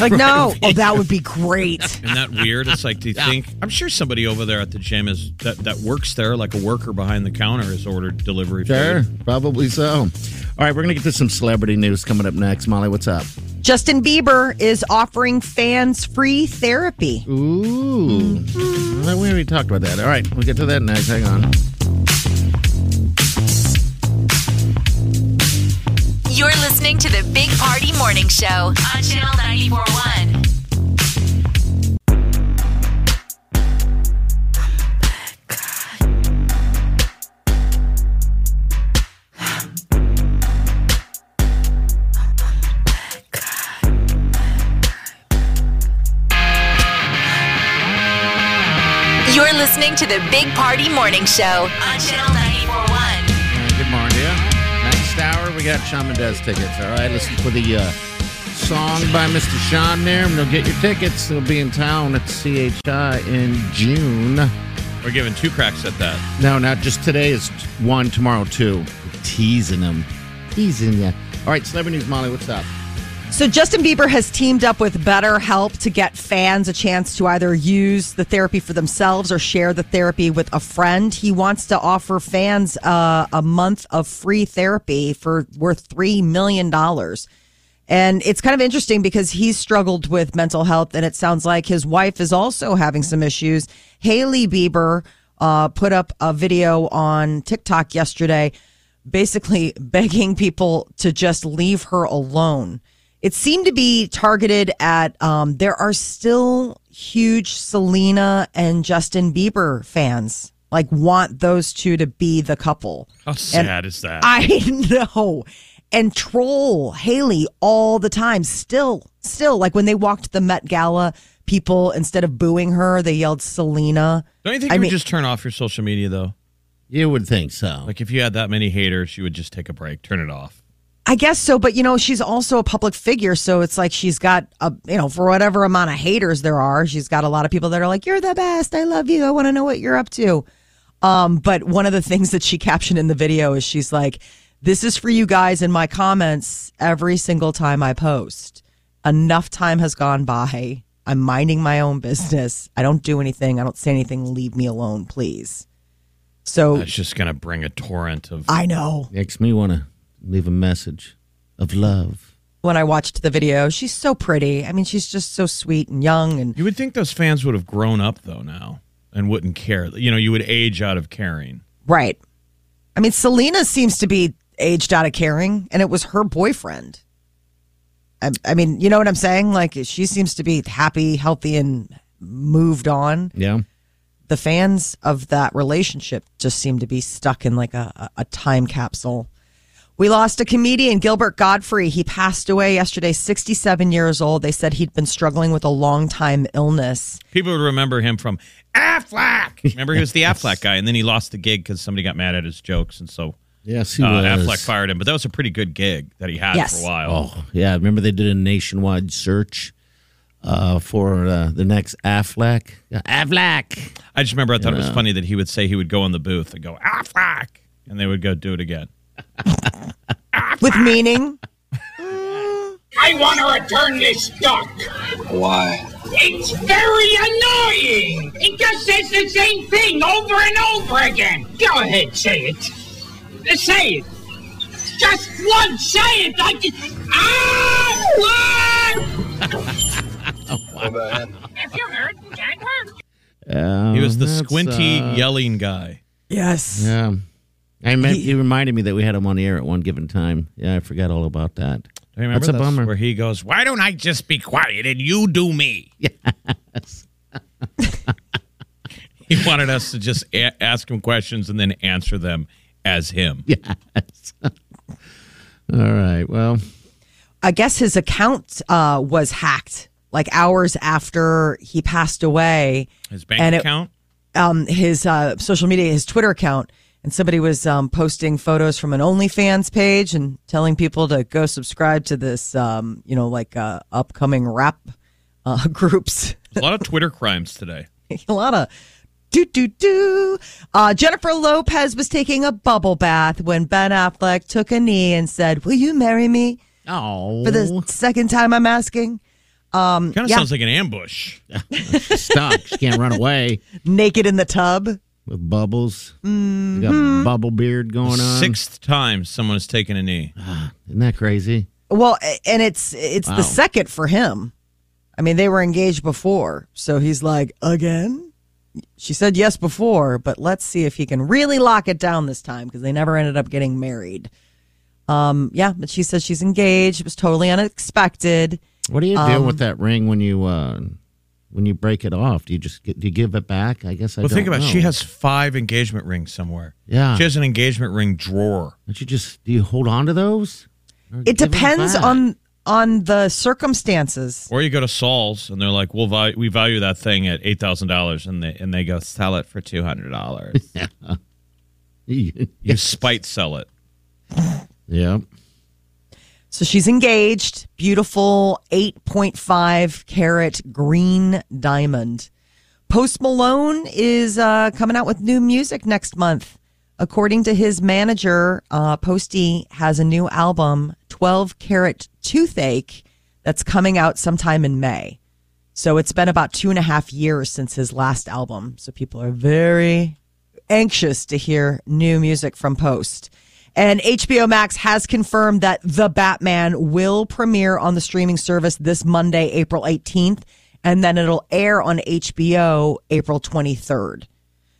S5: Like, no. Oh, that would be great.
S4: Isn't that weird? It's like, do you think? I'm sure somebody over there at the gym is that, that works there, like a worker behind the counter, has ordered delivery.
S3: sure
S4: food.
S3: probably so all right we're gonna get to some celebrity news coming up next molly what's up
S5: Justin Bieber is offering fans free therapy.
S3: ooh Well, we already talked about that all right we'll get to that next hang on
S2: You're listening to the Big Party Morning Show on Channel 941. You're listening to the Big Party Morning Show on Channel 941.
S3: Good morning. Next hour, we got Shawn Mendes tickets. All right, listen for the uh, song by Mr. Shawn there, and they'll get your tickets. They'll be in town at CHI in June.
S4: We're giving two cracks at that.
S3: No, not just today. It's one, tomorrow, two. Teasing them. Teasing ya. All right, celebrity news, Molly, what's up?
S5: So Justin Bieber has teamed up with BetterHelp to get fans a chance to either use the therapy for themselves or share the therapy with a friend. He wants to offer fans uh, a month of free therapy for worth three million dollars. And it's kind of interesting because he's struggled with mental health, and it sounds like his wife is also having some issues. Haley Bieber uh, put up a video on TikTok yesterday, basically begging people to just leave her alone. It seemed to be targeted at, um, there are still huge Selena and Justin Bieber fans, like, want those two to be the couple.
S4: How sad is that?
S5: I know. And troll Haley all the time. Still, still, like when they walked the Met Gala, people instead of booing her, they yelled Selena.
S4: Don't you think
S5: I
S4: you
S5: mean-
S4: would just turn off your social media though?
S3: You would think so.
S4: Like if you had that many haters, you would just take a break, turn it off.
S5: I guess so, but you know, she's also a public figure, so it's like she's got a you know, for whatever amount of haters there are, she's got a lot of people that are like, You're the best, I love you, I wanna know what you're up to. Um, but one of the things that she captioned in the video is she's like, This is for you guys in my comments every single time I post. Enough time has gone by. I'm minding my own business. I don't do anything, I don't say anything, leave me alone, please. So
S4: That's just going to bring a torrent of.
S5: I know.
S3: Makes me want to leave a message of love.
S5: when I watched the video. She's so pretty. I mean, she's just so sweet and young and
S4: You would think those fans would have grown up though now and wouldn't care. You know, you would age out of caring.
S5: right. I mean, Selena seems to be aged out of caring, and it was her boyfriend. I, I mean, you know what I'm saying? Like, she seems to be happy, healthy, and moved on.
S3: Yeah.
S5: The fans of that relationship just seem to be stuck in like a, a, a time capsule. We lost a comedian, Gilbert Godfrey. He passed away yesterday, 67 years old. They said he'd been struggling with a long time illness.
S4: People would remember him from Affleck. Remember, he was the Affleck guy, and then he lost the gig because somebody got mad at his jokes, and so
S3: Yes, he
S4: uh,
S3: was.
S4: Affleck fired him. But that was a pretty good gig that he had
S5: Yes.
S4: for a while.
S3: Oh, yeah. Remember they did a nationwide search uh, for uh, the next Affleck? Yeah, Affleck.
S4: I just remember I thought it was funny that he would say he would go in the booth and go Affleck, and they would go do it again.
S5: with meaning.
S6: I want to return this duck.
S7: Why?
S6: It's very annoying. It just says the same thing over and over again. Go ahead, say it. Say it. Just one. Say it. I just.
S3: Oh,
S6: Ah! What? If you heard, that hurt.
S3: Um,
S4: He was the
S3: that's,
S4: squinty
S3: uh,
S4: yelling guy.
S5: Yes.
S3: Yeah. I meant,
S5: He-
S3: he, reminded me that we had him on the air at one given time. Yeah, I forgot all about that.
S4: Do you remember
S3: That's a bummer.
S4: Where he goes, why don't I just be quiet and you do me? Yes. he wanted us to just a- ask him questions and then answer them as him. Yeah.
S3: All right. Well,
S5: I guess his account uh, was hacked like hours after he passed away.
S4: His bank
S5: And it-
S4: account.
S5: Um, his uh, social media, his Twitter account, and somebody was um, posting photos from an OnlyFans page and telling people to go subscribe to this, um, you know, like uh, upcoming rap uh, groups.
S4: There's a lot of Twitter crimes today.
S5: a lot of do do do. Uh, Jennifer Lopez was taking a bubble bath when Ben Affleck took a knee and said, "Will you marry me?"
S3: oh,
S5: For the second time, I'm asking.
S4: Kind of
S5: yeah.
S4: sounds like an ambush.
S3: stuck. She can't run away
S5: Naked in the tub.
S3: with bubbles. You
S5: Mm-hmm.
S3: got bubble beard going on.
S4: Sixth time someone has taken a knee.
S3: Isn't that crazy?
S5: Well, a- and it's it's
S3: Wow.
S5: the second for him. I mean, they were engaged before, so he's like, again. She said yes before, but let's see if he can really lock it down this time because they never ended up getting married. Um, yeah, but she says she's engaged. It was totally unexpected.
S3: What do you do
S5: Um,
S3: with that ring when you uh, when you break it off? Do you just get, do you give it back? I guess I
S4: Well,
S3: don't
S4: think about it.
S3: know.
S4: She has five engagement rings somewhere.
S3: Yeah.
S4: She has an engagement ring drawer.
S3: Don't you just do you hold on to those? Or
S5: It
S3: give them
S5: depends
S3: back?
S5: on on the circumstances.
S4: Or you go to Saul's and they're like, "We'll value, we value that thing at eight thousand dollars," and they and they go sell it for two hundred dollars. you spite sell it.
S3: yeah.
S5: So she's engaged, beautiful 8.5 carat green diamond. Post Malone is uh, coming out with new music next month. According to his manager, uh, Posty has a new album, 12 Carat Toothache, that's coming out sometime in May. So it's been about two and a half years since his last album. So people are very anxious to hear new music from Post. And HBO Max has confirmed that The Batman will premiere on the streaming service this Monday, April 18th, and then it'll air on HBO April 23rd.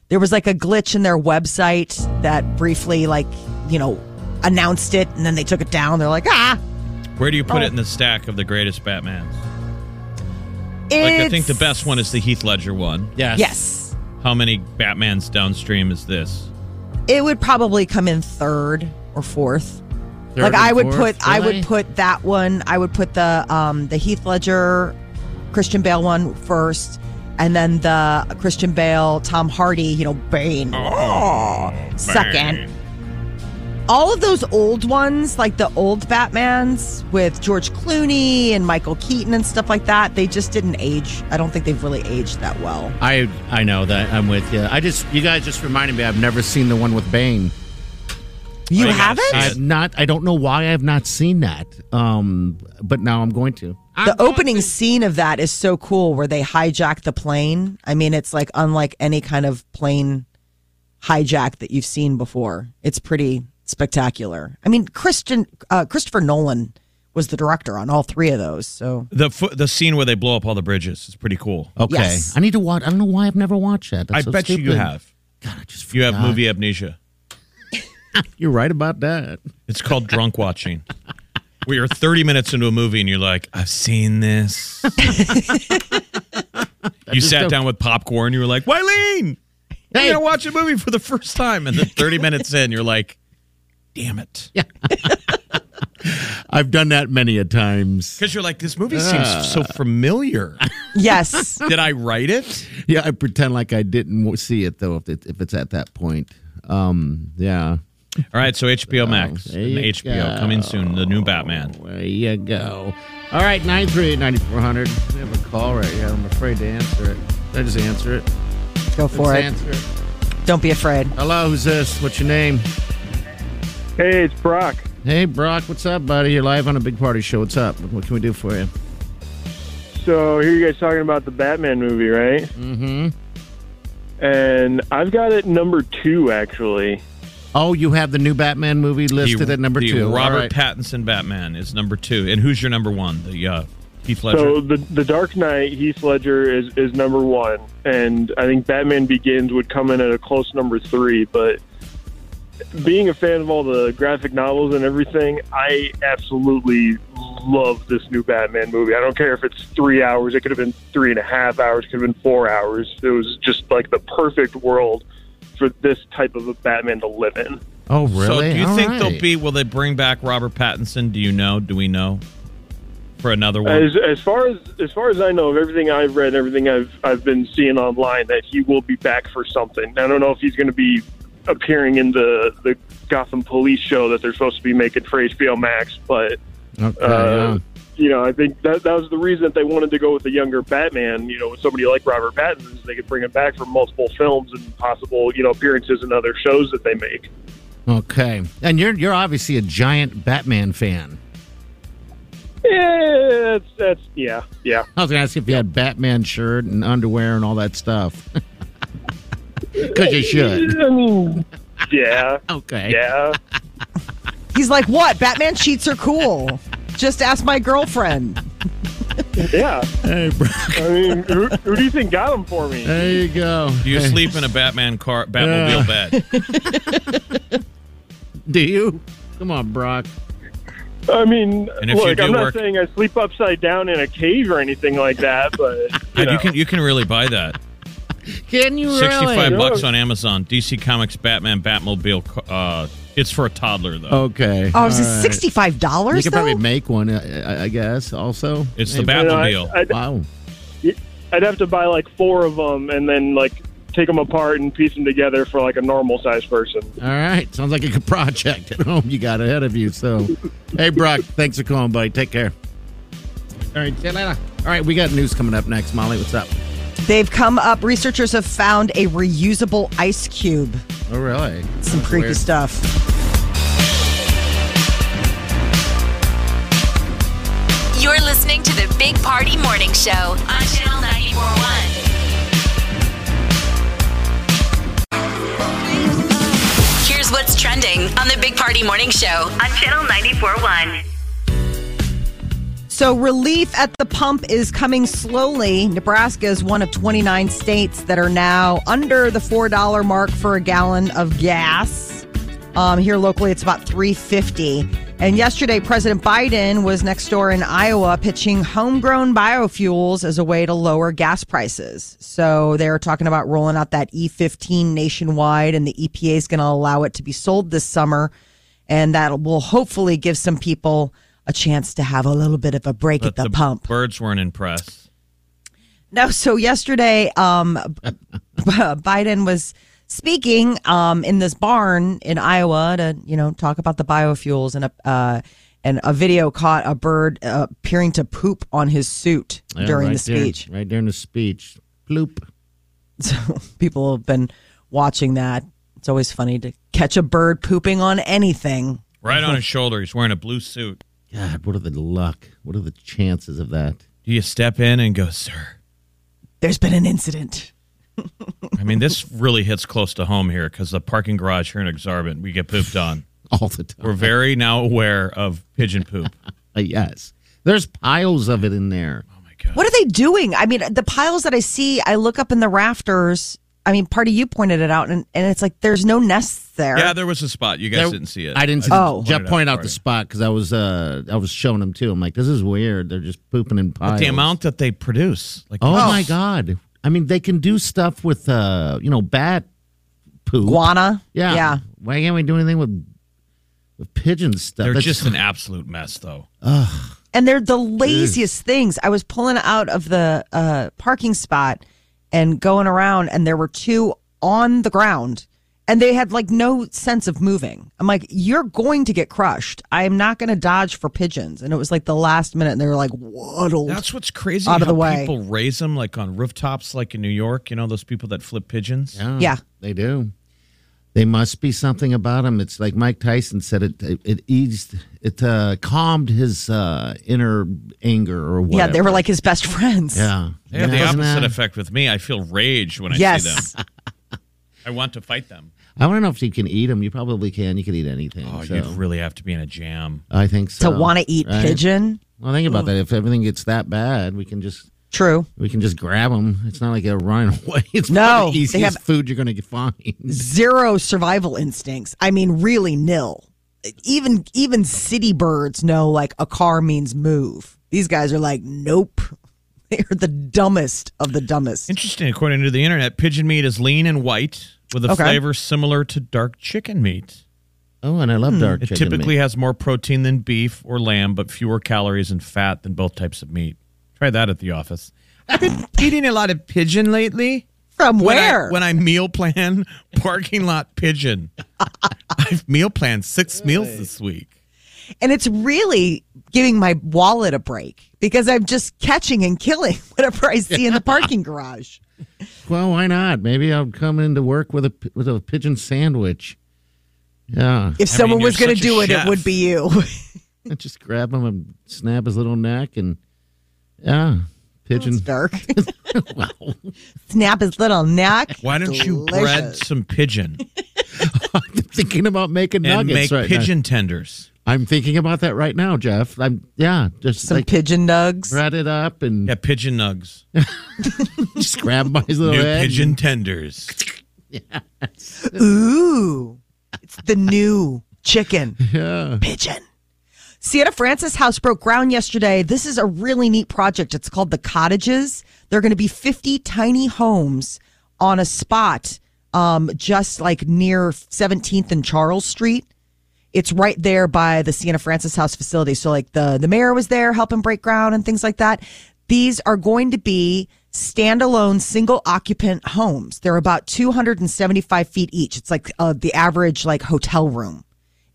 S5: There was like a glitch in their website that briefly, like, you know, announced it and then they took it down. They're like, ah.
S4: Where do you put it in the stack of the greatest Batmans? Like I
S5: it's-
S4: think the best one is the Heath Ledger one.
S3: Yes.
S5: Yes.
S4: How many Batmans downstream is this?
S5: it would probably come in third or fourth.
S3: Third
S5: like
S3: and
S5: I would
S3: fourth,
S5: put, I
S3: really?
S5: would put that one. I would put the um the Heath Ledger, Christian Bale one first, and then the
S3: Oh,
S5: Christian Bale, Tom Hardy, you know, Bane, second, Ah, all of those old ones, like the old Batmans with George Clooney and Michael Keaton and stuff like that, they just didn't age. I don't think they've really aged that well.
S3: I I know that I'm with you. I just you guys just reminded me. I've never seen the one with Bane.
S5: You
S4: gotta
S5: haven't?
S4: see it.
S3: I've not. I don't know why I have not seen that. Um, but now I'm going to.
S5: the opening scene of that is so cool where they hijack the plane. I mean, it's like unlike any kind of plane hijack that you've seen before. It's pretty spectacular. I mean, Christian uh, Christopher Nolan was the director on all three of those. So
S4: The fo- the scene where they blow up all the bridges is pretty cool.
S3: Okay,
S5: Yes.
S3: I need to watch. I don't know why I've never watched that. That's
S4: I
S3: so
S4: bet you you
S3: stupid.
S4: have.
S3: God, I just
S4: You have
S3: forgot.
S4: movie amnesia.
S3: You're right about that.
S4: It's called drunk watching. Where you're 30 minutes into a movie and you're like, I've seen this. you
S3: just
S4: sat
S3: don't-
S4: down with popcorn. You were like, Wileen, I'm
S3: Hey.
S4: going to watch a movie for the first time. And then 30 minutes in, you're like, damn it.
S3: I've done that many a times.
S4: Because you're like, this movie
S3: Ah.
S4: seems so familiar.
S5: yes,
S4: Did I write it?
S3: Yeah, I pretend like I didn't w- see it though. If it, if it's at that point, um, yeah.
S4: All right, so HBO Max
S3: there
S4: and
S3: you
S4: HBO
S3: go.
S4: coming soon, the new Batman.
S3: There you go. All right, nine three eight ninety four hundred. We have a call right here. I'm afraid to answer it. Did I just answer it.
S5: go for
S3: Let's
S5: it.
S3: answer it.
S5: Don't be afraid.
S3: Hello, who's this? What's your name?
S7: Hey, it's Brock.
S3: Hey, Brock. What's up, buddy? You're live on a big party show. What's up? What can we do for you?
S7: So here you guys talking about the Batman movie, right?
S3: Mm-hmm.
S7: And I've got it number two actually.
S3: Oh, you have the new Batman movie listed
S4: The-
S3: at number
S4: the
S3: two. All
S4: Robert
S3: right.
S4: Pattinson Batman is number two. And who's your number one? The uh, Heath Ledger.
S7: So the the Dark Knight, Heath Ledger is is number one, and I think Batman Begins would come in at a close number three. But being a fan of all the graphic novels and everything, I absolutely love this new Batman movie. I don't care if it's three hours; it could have been three and a half hours, could have been four hours. It was just like the perfect world for this type of a Batman to live in.
S3: Oh, really?
S4: So do you
S3: All
S4: think
S3: right.
S4: they'll be? Will they bring back Robert Pattinson? Do you know? Do we know? For another one,
S7: As, as far as as far as I know, of everything I've read, everything I've I've been seeing online, that he will be back for something. I don't know if he's going to be appearing in the the Gotham Police show that they're supposed to be making for HBO Max, but
S3: Okay,
S7: uh,
S3: yeah.
S7: you know, I think that that was the reason that they wanted to go with a younger Batman. You know, with somebody like Robert Pattinson, is they could bring him back for multiple films and possible you know appearances in other shows that they make.
S3: Okay. And you're you're obviously a giant Batman fan.
S7: Yeah, that's that's yeah, yeah.
S3: I was gonna ask if you had Batman shirt and underwear and all that stuff. Because you should.
S7: I mean, yeah,
S3: Okay.
S7: yeah.
S5: He's like, what? Batman cheats are cool. Just ask my girlfriend.
S7: Yeah.
S3: Hey, Brock.
S7: I mean, who, who do you think got him for me?
S3: There you go.
S4: do you
S3: Hey,
S4: sleep in a Batman car, Batmobile bed?
S3: Do you? Come on, Brock.
S7: I mean,
S4: And if you
S7: look,
S4: do
S7: I'm not
S4: work-
S7: saying I sleep upside down in a cave or anything like that, but you
S4: God,
S7: know.
S4: you can you can really buy that.
S3: Can you
S4: Sixty five
S3: really?
S4: bucks on Amazon. DC Comics Batman Batmobile. ca- Uh, it's for a toddler though.
S3: Okay.
S5: Oh, is it
S3: all right.
S5: sixty-five
S3: You
S5: dollars?
S3: could probably make one, uh, I, I- I guess. Also,
S4: It's the
S3: Maybe.
S7: You know, I-
S4: Batmobile.
S7: I'd,
S3: Wow.
S7: I'd have to buy like four of them and then like take them apart and piece them together for like a normal sized person.
S3: All right. Sounds like a good project at home you got ahead of you. So, hey, Brock, thanks for calling, buddy. Take care. All right. See you later. All right. We got news coming up next. Molly, what's up?
S5: They've come up. Researchers have found a reusable ice cube.
S3: Oh, really?
S5: Some creepy
S3: weird.
S5: stuff.
S2: You're listening to the Big Party Morning Show on Channel 941. Here's what's trending on the Big Party Morning Show on Channel 941.
S5: So relief at the pump is coming slowly. Nebraska is one of 29 states that are now under the four dollar mark for a gallon of gas. Um, here locally, it's about 350. And yesterday, President Biden was next door in Iowa pitching homegrown biofuels as a way to lower gas prices. So they're talking about rolling out that E15 nationwide, and the EPA is going to allow it to be sold this summer. And that will hopefully give some people a chance to have a little bit of a break at
S4: But
S5: the, pump.
S4: Birds weren't impressed.
S5: No, so yesterday, um, B- Biden was Speaking um, in this barn in Iowa to you know talk about the biofuels and a uh, and a video caught a bird uh, appearing to poop on his suit
S3: Yeah,
S5: during
S3: right
S5: the
S3: there-
S5: speech.
S3: right during the speech. Bloop.
S5: So people have been watching that. It's always funny to catch a bird pooping on anything.
S4: Right
S3: Uh-huh.
S4: on his shoulder. He's wearing a blue suit.
S3: God, what are the luck? What are the chances of that?
S4: Do you step in and go, sir?
S5: There's been an incident.
S4: I mean, this really hits close to home here because the parking garage here in Exarban, we get pooped on.
S3: All the time.
S4: We're very now aware of pigeon poop.
S3: Uh, yes. There's piles of it in there.
S5: What are they doing? I mean, the piles that I see, I look up in the rafters. I mean, part of you pointed it out, and, and it's like there's no nests there.
S4: Yeah, there was a spot. You guys
S3: There-
S4: didn't see it.
S3: I didn't see
S5: Oh.
S3: the, Jeff
S4: Pointed out
S3: pointed out
S4: for
S3: the
S4: you.
S3: spot because I was uh I was showing him too. I'm like, this is weird. They're just pooping in piles.
S4: But the amount that they produce, like
S3: Oh, my god. I mean, they can do stuff with uh, you know, bat poop.
S5: Guana.
S3: Yeah.
S5: Yeah.
S3: Why can't we do anything with with pigeon stuff?
S4: they're
S3: That's-
S4: just an absolute mess, though.
S5: and they're the laziest things. I was pulling out of the uh, parking spot and going around, and there were two on the ground, and they had like no sense of moving. I'm like, you're going to get crushed. I am not going to dodge for pigeons. And it was like the last minute, and they were like waddled.
S4: That's what's crazy.
S5: Out of
S4: how
S5: the way.
S4: People raise them like on rooftops, like in New York. You know those people that flip pigeons.
S3: Yeah,
S5: Yeah.
S3: Oh, they do. They must be something about him. It's like Mike Tyson said. It it, it eased it uh, calmed his uh, inner anger or
S5: yeah,
S3: whatever.
S5: they were like his best friends.
S3: yeah.
S4: They have the
S3: Isn't
S4: opposite
S3: that-
S4: effect with me. I feel rage when I see them.
S5: Yes.
S4: I want to fight them.
S3: I want to know if you can eat them. You probably can. You can eat anything.
S4: Oh,
S3: so.
S4: you'd really have to be in a jam.
S3: I think
S5: to
S3: so.
S5: want to eat
S3: right?
S5: pigeon.
S3: Well, think about that. If everything gets that bad, we can just
S5: True.
S3: we can just grab them. It's not like they're running away. It's
S5: No,
S3: probably the
S5: they
S3: easiest
S5: have-
S3: food you're going to find.
S5: Zero survival instincts. I mean, really nil. Even even city birds know like a car means move. These guys are like, nope. They're the dumbest of the dumbest.
S4: Interesting. According to the internet, pigeon meat is lean and white with a
S5: Okay.
S4: flavor similar to dark chicken meat.
S3: Oh, and I love dark
S4: Hmm. It
S3: chicken.
S4: typically
S3: meat.
S4: has more protein than beef or lamb, but fewer calories and fat than both types of meat. Try that at the office. I've been eating a lot of pigeon lately.
S5: From
S4: When I-
S5: where?
S4: When I, meal plan parking lot pigeon. I've meal planned six meals this week.
S5: and it's really giving my wallet a break because I'm just catching and killing whatever I see in the parking garage.
S3: Well, why not? Maybe I'll come into work with a p- with a pigeon sandwich. Yeah,
S5: If someone
S4: you're
S5: was going to
S4: such a
S5: do it,
S4: chef.
S5: it would be you.
S3: I just grab him and snap his little neck, and yeah, pigeon.
S5: it's dark. Snap his little neck.
S4: Why don't you bread
S5: Delicious.
S4: some pigeon
S3: I'm thinking about making
S4: and
S3: nuggets
S4: make
S3: right now.
S4: pigeon tenders?
S3: I'm thinking about that right now, Jeff. I'm yeah, just
S5: Some
S3: like
S5: pigeon nugs.
S3: bread it up and
S4: Yeah, pigeon nugs.
S3: just grab him by his little
S4: New
S3: head.
S4: pigeon tenders.
S5: Ooh, it's the new chicken
S3: Yeah.
S5: pigeon. Sienna Francis House broke ground yesterday. This is a really neat project. It's called The Cottages. They're going to be 50 tiny homes on a spot um, just like near 17th and Charles Street. It's right there by the Sienna Francis House facility. So, like, the, the mayor was there helping break ground and things like that. These are going to be standalone single occupant homes. They're about 275 feet each. It's like uh, the average, like, hotel room.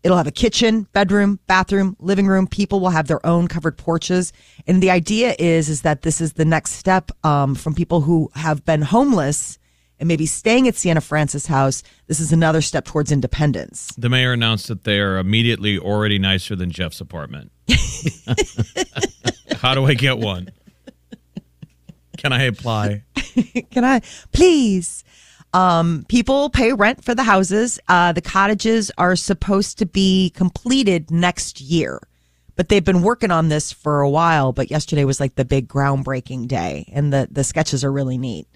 S5: It'll have a kitchen, bedroom, bathroom, living room. People will have their own covered porches. And the idea is is that this is the next step um, from people who have been homeless and maybe staying at Sienna Francis House. This is another step towards independence.
S4: The mayor announced that they are immediately already nicer than Jeff's apartment. How do I get one? Can I apply?
S5: Can I please? Um, people pay rent for the houses. Uh, the cottages are supposed to be completed next year, but they've been working on this for a while. But yesterday was like the big groundbreaking day, and the the sketches are really neat.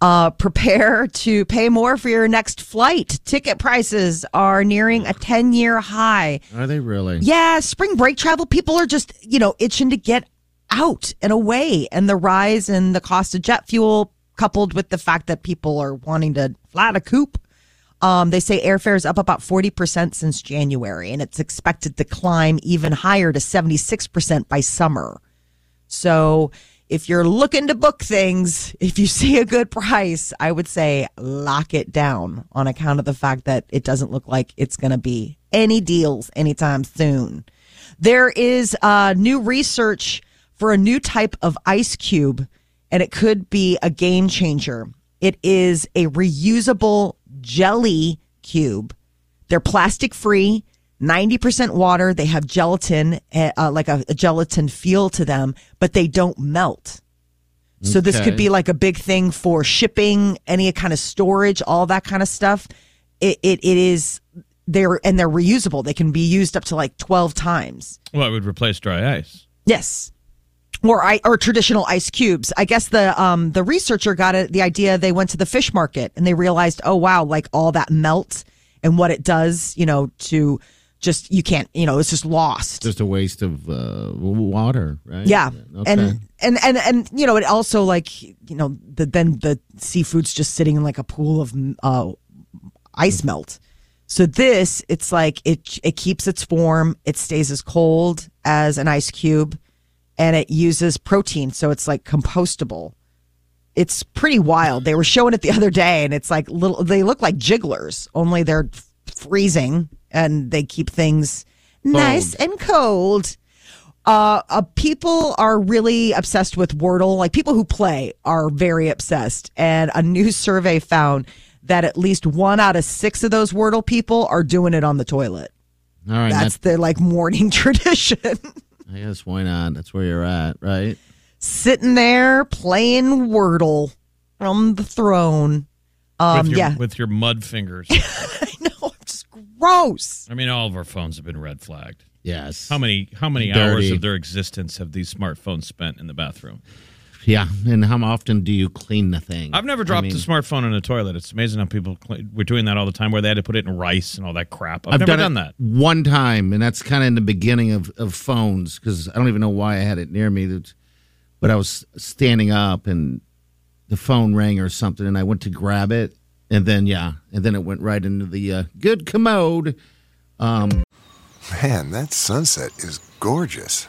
S5: Uh, prepare to pay more for your next flight. Ticket prices are nearing a 10 year high.
S3: Are they really?
S5: Yeah, spring break travel. People are just, you know, itching to get out and away. And the rise in the cost of jet fuel, coupled with the fact that people are wanting to fly to coop. Um, they say airfare is up about 40% since January, and it's expected to climb even higher to 76% by summer. So if you're looking to book things, if you see a good price, I would say lock it down on account of the fact that it doesn't look like it's going to be any deals anytime soon. There is uh, new research for a new type of ice cube, and it could be a game changer. It is a reusable jelly cube. They're plastic free, 90% water. They have gelatin, uh, uh, like a, a gelatin feel to them, but they don't melt. So this could
S3: Okay.
S5: be like a big thing for shipping, any kind of storage, all that kind of stuff. It, it, it is, they're, and they're reusable. They can be used up to like 12 times.
S4: Well, it would replace dry ice.
S5: Yes. Or I or traditional ice cubes. I guess the um the researcher got it the idea they went to the fish market and they realized, oh wow, like all that melt and what it does, you know, to just you can't, you know, it's just lost.
S3: Just a waste of uh, w- water, right?
S5: yeah.
S3: Okay.
S5: And and and and you know, it also like, you know, the then the seafood's just sitting in like a pool of uh ice
S3: Hmm.
S5: melt. So this, it's like it it keeps its form, it stays as cold as an ice cube, and it uses protein, so it's like compostable. It's pretty wild. They were showing it the other day, and it's like little. They look like jigglers, only they're f- freezing, and they keep things nice and cold. Uh, uh, people are really obsessed with Wordle. Like people who play are very obsessed. And a new survey found that at least one out of six of those Wordle people are doing it on the toilet.
S3: all right,
S5: That's
S3: that's,
S5: their like morning tradition.
S3: I guess why not? That's where you're at, right?
S5: Sitting there playing Wordle from the throne. Um,
S4: with your,
S5: yeah,
S4: With your mud fingers.
S5: I know. I'm just gross.
S4: I mean, all of our phones have been red flagged.
S3: Yes.
S4: How many how many hours
S3: Dirty.
S4: of their existence have these smartphones spent in the bathroom?
S3: Yeah, and how often do you clean the thing?
S4: I've never
S3: I
S4: dropped
S3: mean,
S4: a smartphone in a toilet. It's amazing how people cl- we're doing that all the time, where they had to put it in rice and all that crap. I've, never done,
S3: it
S4: that.
S3: one time, and that's kind of in the beginning of, of phones because I don't even know why I had it near me. That, but I was standing up, and the phone rang or something, and I went to grab it, and then yeah, and then it went right into the uh, good commode. Um,
S8: Man, that sunset is gorgeous.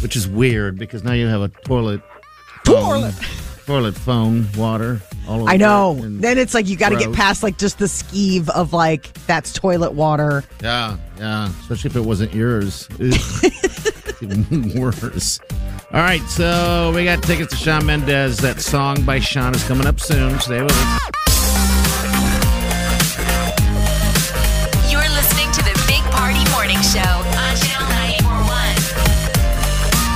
S3: which is weird because now you have a toilet,
S5: Toilet.
S3: phone- toilet phone, water, all over.
S5: I know.
S3: it, and-
S5: Then it's like you got to get
S3: gross.
S5: past like just the skeeve of like that's toilet water.
S3: Yeah, yeah. Especially if it wasn't yours. Ugh. Even worse. All right, so we got tickets to Shawn Mendez. That song by Shawn is coming up soon. Stay with us.
S2: You're listening to the Big Party Morning Show on Channel 941.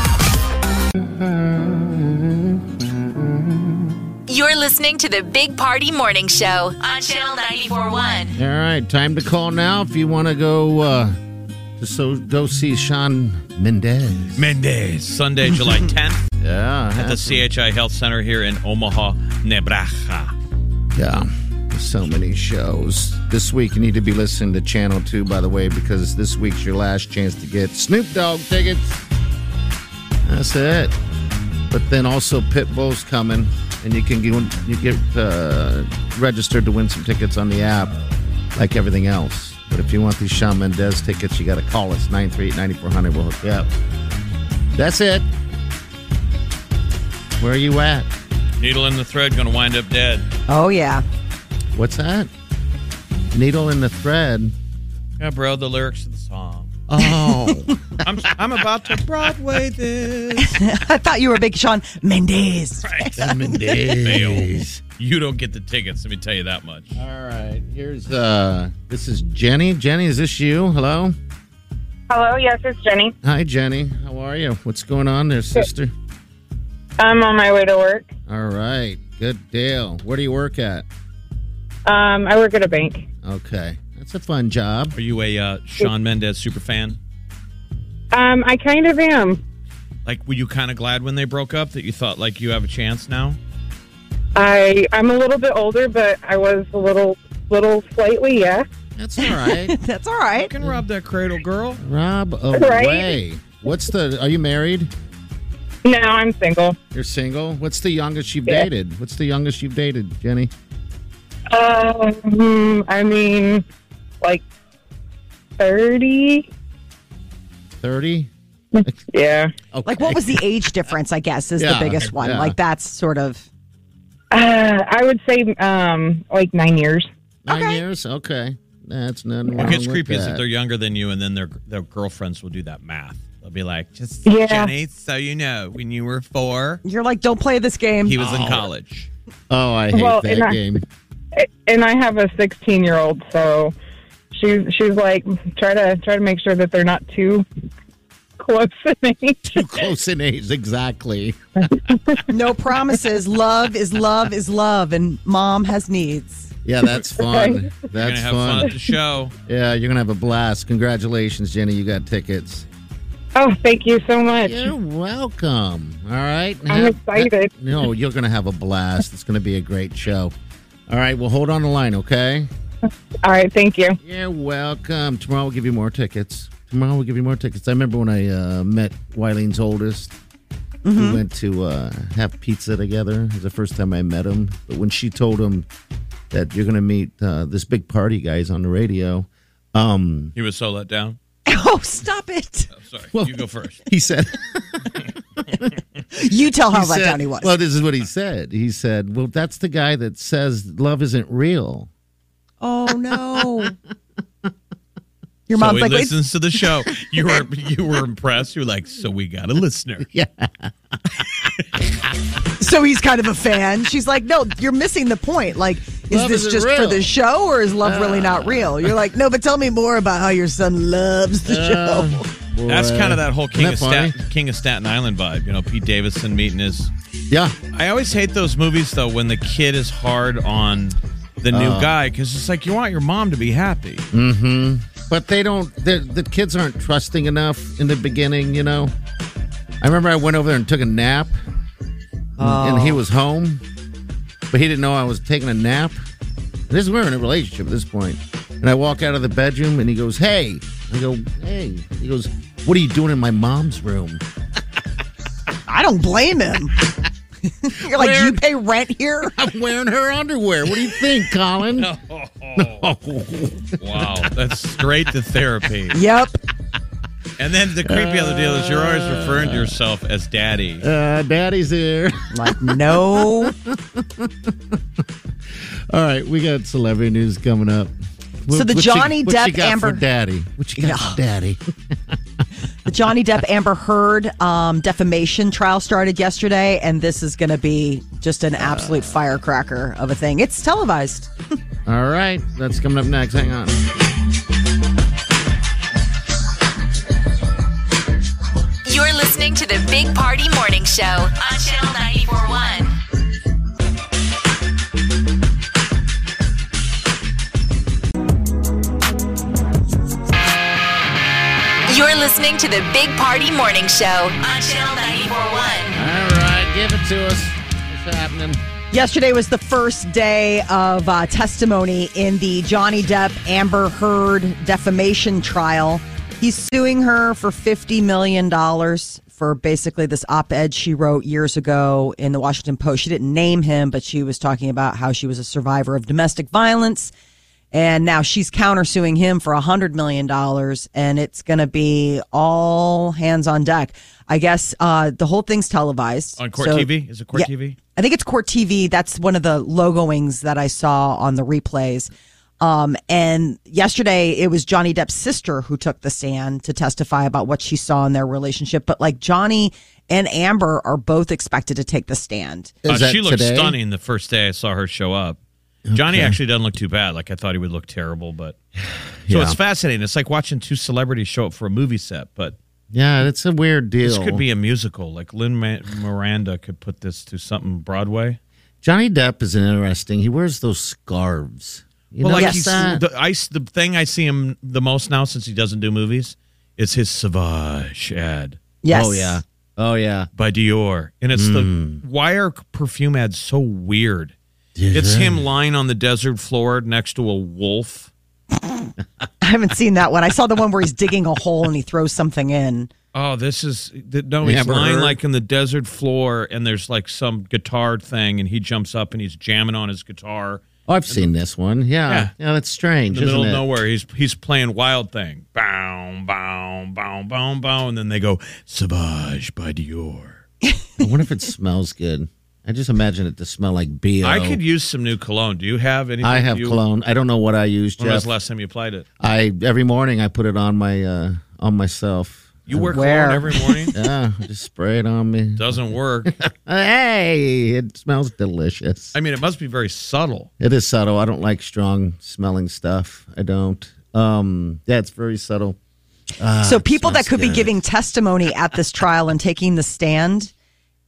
S2: You're listening to the Big Party Morning Show on Channel 941.
S3: All right, time to call now if you want to go. Uh, to so go see Shawn Mendez.
S4: Mendez Sunday, July 10th
S3: Yeah,
S4: at the CHI Health Center here in Omaha, Nebraska.
S3: Yeah. So many shows. This week, you need to be listening to Channel 2, by the way, because this week's your last chance to get Snoop Dogg tickets. That's it. But then also Pitbull's coming, and you can get, you get uh, registered to win some tickets on the app, like everything else. But if you want these Shawn Mendez tickets, you got to call us 938 9400. We'll hook you up. That's it. Where are you at?
S4: Needle in the thread, gonna wind up dead.
S5: Oh yeah.
S3: What's that? Needle in the thread.
S4: Yeah, bro, the lyrics of the song.
S3: Oh,
S4: I'm, I'm about to Broadway this.
S5: I thought you were Big Sean Mendez.
S3: Mendez.
S4: You don't get the tickets. Let me tell you that much.
S3: All right, here's uh this is Jenny. Jenny, is this you? Hello?
S9: Hello, yes, it's Jenny.
S3: Hi Jenny. How are you? What's going on there, sister?
S9: I'm on my way to work.
S3: All right. Good deal. Where do you work at?
S9: Um, I work at a bank.
S3: Okay. That's a fun job.
S4: Are you a uh, Sean Mendez super fan?
S9: Um, I kind of am.
S4: Like, were you kind of glad when they broke up that you thought like you have a chance now?
S9: I I'm a little bit older, but I was a little little slightly yes.
S3: That's all right.
S5: That's all right.
S4: Can rob that cradle, girl.
S3: Rob away. What's the Are you married?
S9: No, I'm single.
S3: You're single? What's the youngest you've
S9: Yeah.
S3: dated? What's the youngest you've dated, Jenny?
S9: Um, I mean, like thirty.
S3: 30?
S9: Yeah.
S3: Okay.
S5: Like, what was the age difference? I guess is
S3: Yeah,
S5: the biggest one.
S3: yeah.
S5: Like, that's sort of
S9: Uh, I would say um like nine years.
S3: Nine
S5: Okay.
S3: years? Okay. That's nothing wrong
S4: What gets
S3: with
S4: creepy is
S3: that.
S4: that they're younger than you, and then their their girlfriends will do that math. They'll be like, "Just
S9: Yeah.
S4: Jenny, so you know, when you were four,
S5: you're like, don't play this game.
S4: he was in college."
S3: Oh, I hate
S9: Well,
S3: that
S9: and I-
S3: game.
S9: and I have a 16 year old, so she's she's like try to try to make sure that they're not too close in age.
S3: Too close in age, exactly.
S5: no promises. love is love is love, and mom has needs.
S3: Yeah, that's fun.
S4: You're
S3: That's
S4: gonna have fun.
S3: fun.
S4: at the show.
S3: Yeah, you're gonna have a blast. Congratulations, Jenny. You got tickets.
S9: Oh, thank you so much.
S3: You're welcome. All right.
S9: I'm excited.
S3: No, you're gonna have a blast. It's gonna be a great show. All right, well hold on the line, okay?
S9: All right, thank you.
S3: You're welcome. Tomorrow we'll give you more tickets. Tomorrow we'll give you more tickets. I remember when I uh, met Wileen's oldest.
S9: Mm-hmm.
S3: We went to uh, have pizza together. It was the first time I met him. But when she told him that you're going to meet uh, this big party guys on the radio, um,
S4: He was so let down.
S5: Oh, stop it!
S4: I'm sorry,
S3: Well-
S4: you go first.
S3: he said.
S5: You tell how let
S3: said-
S5: down Oh, he was.
S3: Well, this is what he said. He said, "Well, that's the guy that says love isn't real."
S5: oh no. Your
S4: So
S5: mom's
S4: he
S5: like, "Wait,
S4: listens to the show. You were you were impressed. You're like, so we got a listener.
S5: so he's kind of a fan. She's like, no, you're missing the point. Like, is
S3: Love
S5: this
S3: isn't
S5: just
S3: real. Ah.
S5: for the show or is love really not real? You're like, no, but tell me more about how your son loves the
S3: Ah.
S5: show.
S4: Oh. That's
S3: Um, Boy.
S4: kind of that whole King
S3: Isn't
S4: of
S3: that funny?
S4: Staten, King of Staten Island vibe. You know, Pete Davidson meeting his.
S3: Yeah,
S4: I always hate those movies though when the kid is hard on the new
S5: Oh.
S4: guy because it's like you want your mom to be happy.
S5: Mm.
S3: but they don't. they're- The kids aren't trusting enough in the beginning. You know, I remember I went over there and took a nap, and
S5: Oh.
S3: he was home, but he didn't know I was taking a nap. This we're in a relationship at this point, and I walk out of the bedroom, and he goes, "Hey," I go, "Hey," he goes, "What are you doing in my mom's room?"
S5: I don't blame him. You're like, you pay rent here?
S3: I'm wearing her underwear. What do you think, Colin?
S4: Wow, that's straight to therapy.
S5: yep.
S4: And then the creepy other deal is you're always referring to yourself as daddy.
S3: Uh, daddy's here.
S5: Like, no.
S3: All right, we got celebrity news coming up.
S5: So the
S3: you-
S5: Johnny
S3: what you
S5: Depp
S3: got
S5: Amber-
S3: for daddy. What you got for daddy?
S5: The Johnny Depp Amber Heard um, defamation trial started yesterday, and this is going to be just an absolute firecracker of a thing. It's televised.
S3: All right, that's coming up next. Hang on.
S2: You're listening to the Big Party Morning Show on Channel 941. You're listening to the Big Party Morning Show on Channel 941.
S3: All right, give it to us. What's happening?
S5: Yesterday was the first day of uh, testimony in the Johnny Depp Amber Heard defamation trial. He's suing her for $50 million for basically this op ed she wrote years ago in the Washington Post. She didn't name him, but she was talking about how she was a survivor of domestic violence. And now she's countersuing him for $100 million, and it's going to be all hands on deck. I guess uh, the whole thing's televised.
S4: On Court
S5: so-
S4: TV? Is it Court
S5: yeah.
S4: TV?
S5: I think it's Court TV. That's one of the logoings that I saw on the replays. Um, and yesterday it was Johnny Depp's sister who took the stand to testify about what she saw in their relationship. But like Johnny and Amber are both expected to take the stand.
S4: Uh, she looked stunning the first day I saw her show up. Johnny actually doesn't look too bad. Like I thought he would look terrible, but so
S3: Yeah.
S4: it's fascinating. It's like watching two celebrities show up for a movie set, but
S3: Yeah, that's a weird deal.
S4: this could be a musical. Like Lynn Miranda could put this to something Broadway.
S3: Johnny Depp is an interesting. He wears those scarves. You
S4: well,
S3: know,
S4: like
S3: yes. uh,
S4: he's, the, I, s- the thing I see him the most now since he doesn't do movies is his Savage ad
S5: Yes.
S3: Oh yeah. Oh yeah.
S4: by Dior, and it's
S3: Hmm.
S4: the why are perfume ads so weird? It's him lying on the desert floor next to a wolf.
S5: I haven't seen that one. I saw the one where he's digging a hole and he throws something in.
S4: Oh, this is th- no.
S3: You
S4: He's
S3: ever
S4: lying
S3: heard?
S4: like in the desert floor, and there's like some guitar thing, and he jumps up and he's jamming on his guitar
S3: Oh, I've seen this one. Yeah.
S4: Yeah.
S3: Yeah, that's strange.
S4: in the
S3: isn't
S4: middle
S3: it?
S4: of nowhere. He's he's playing Wild Thing, bow, bow, bow, bow, bow, and then they go Savage by Dior.
S3: I wonder if it smells good. I just imagine it to smell like BO.
S4: I could use some new cologne. Do you have anything?
S3: I have
S4: you,
S3: cologne. I don't know what I use,
S4: When was
S3: Jeff.
S4: the last time you applied it?
S3: I every morning I put it on my uh on myself.
S4: You wear
S5: Where?
S4: cologne every morning.
S3: Yeah, I just spray it on me. Uh,
S4: Doesn't work.
S3: Hey, it smells delicious.
S4: I mean, it must be very subtle.
S3: It is subtle. I don't like strong smelling stuff. I don't. Um, yeah, it's very subtle.
S5: so people that
S3: sounds
S5: could be
S3: good.
S5: giving testimony at this trial and taking the stand,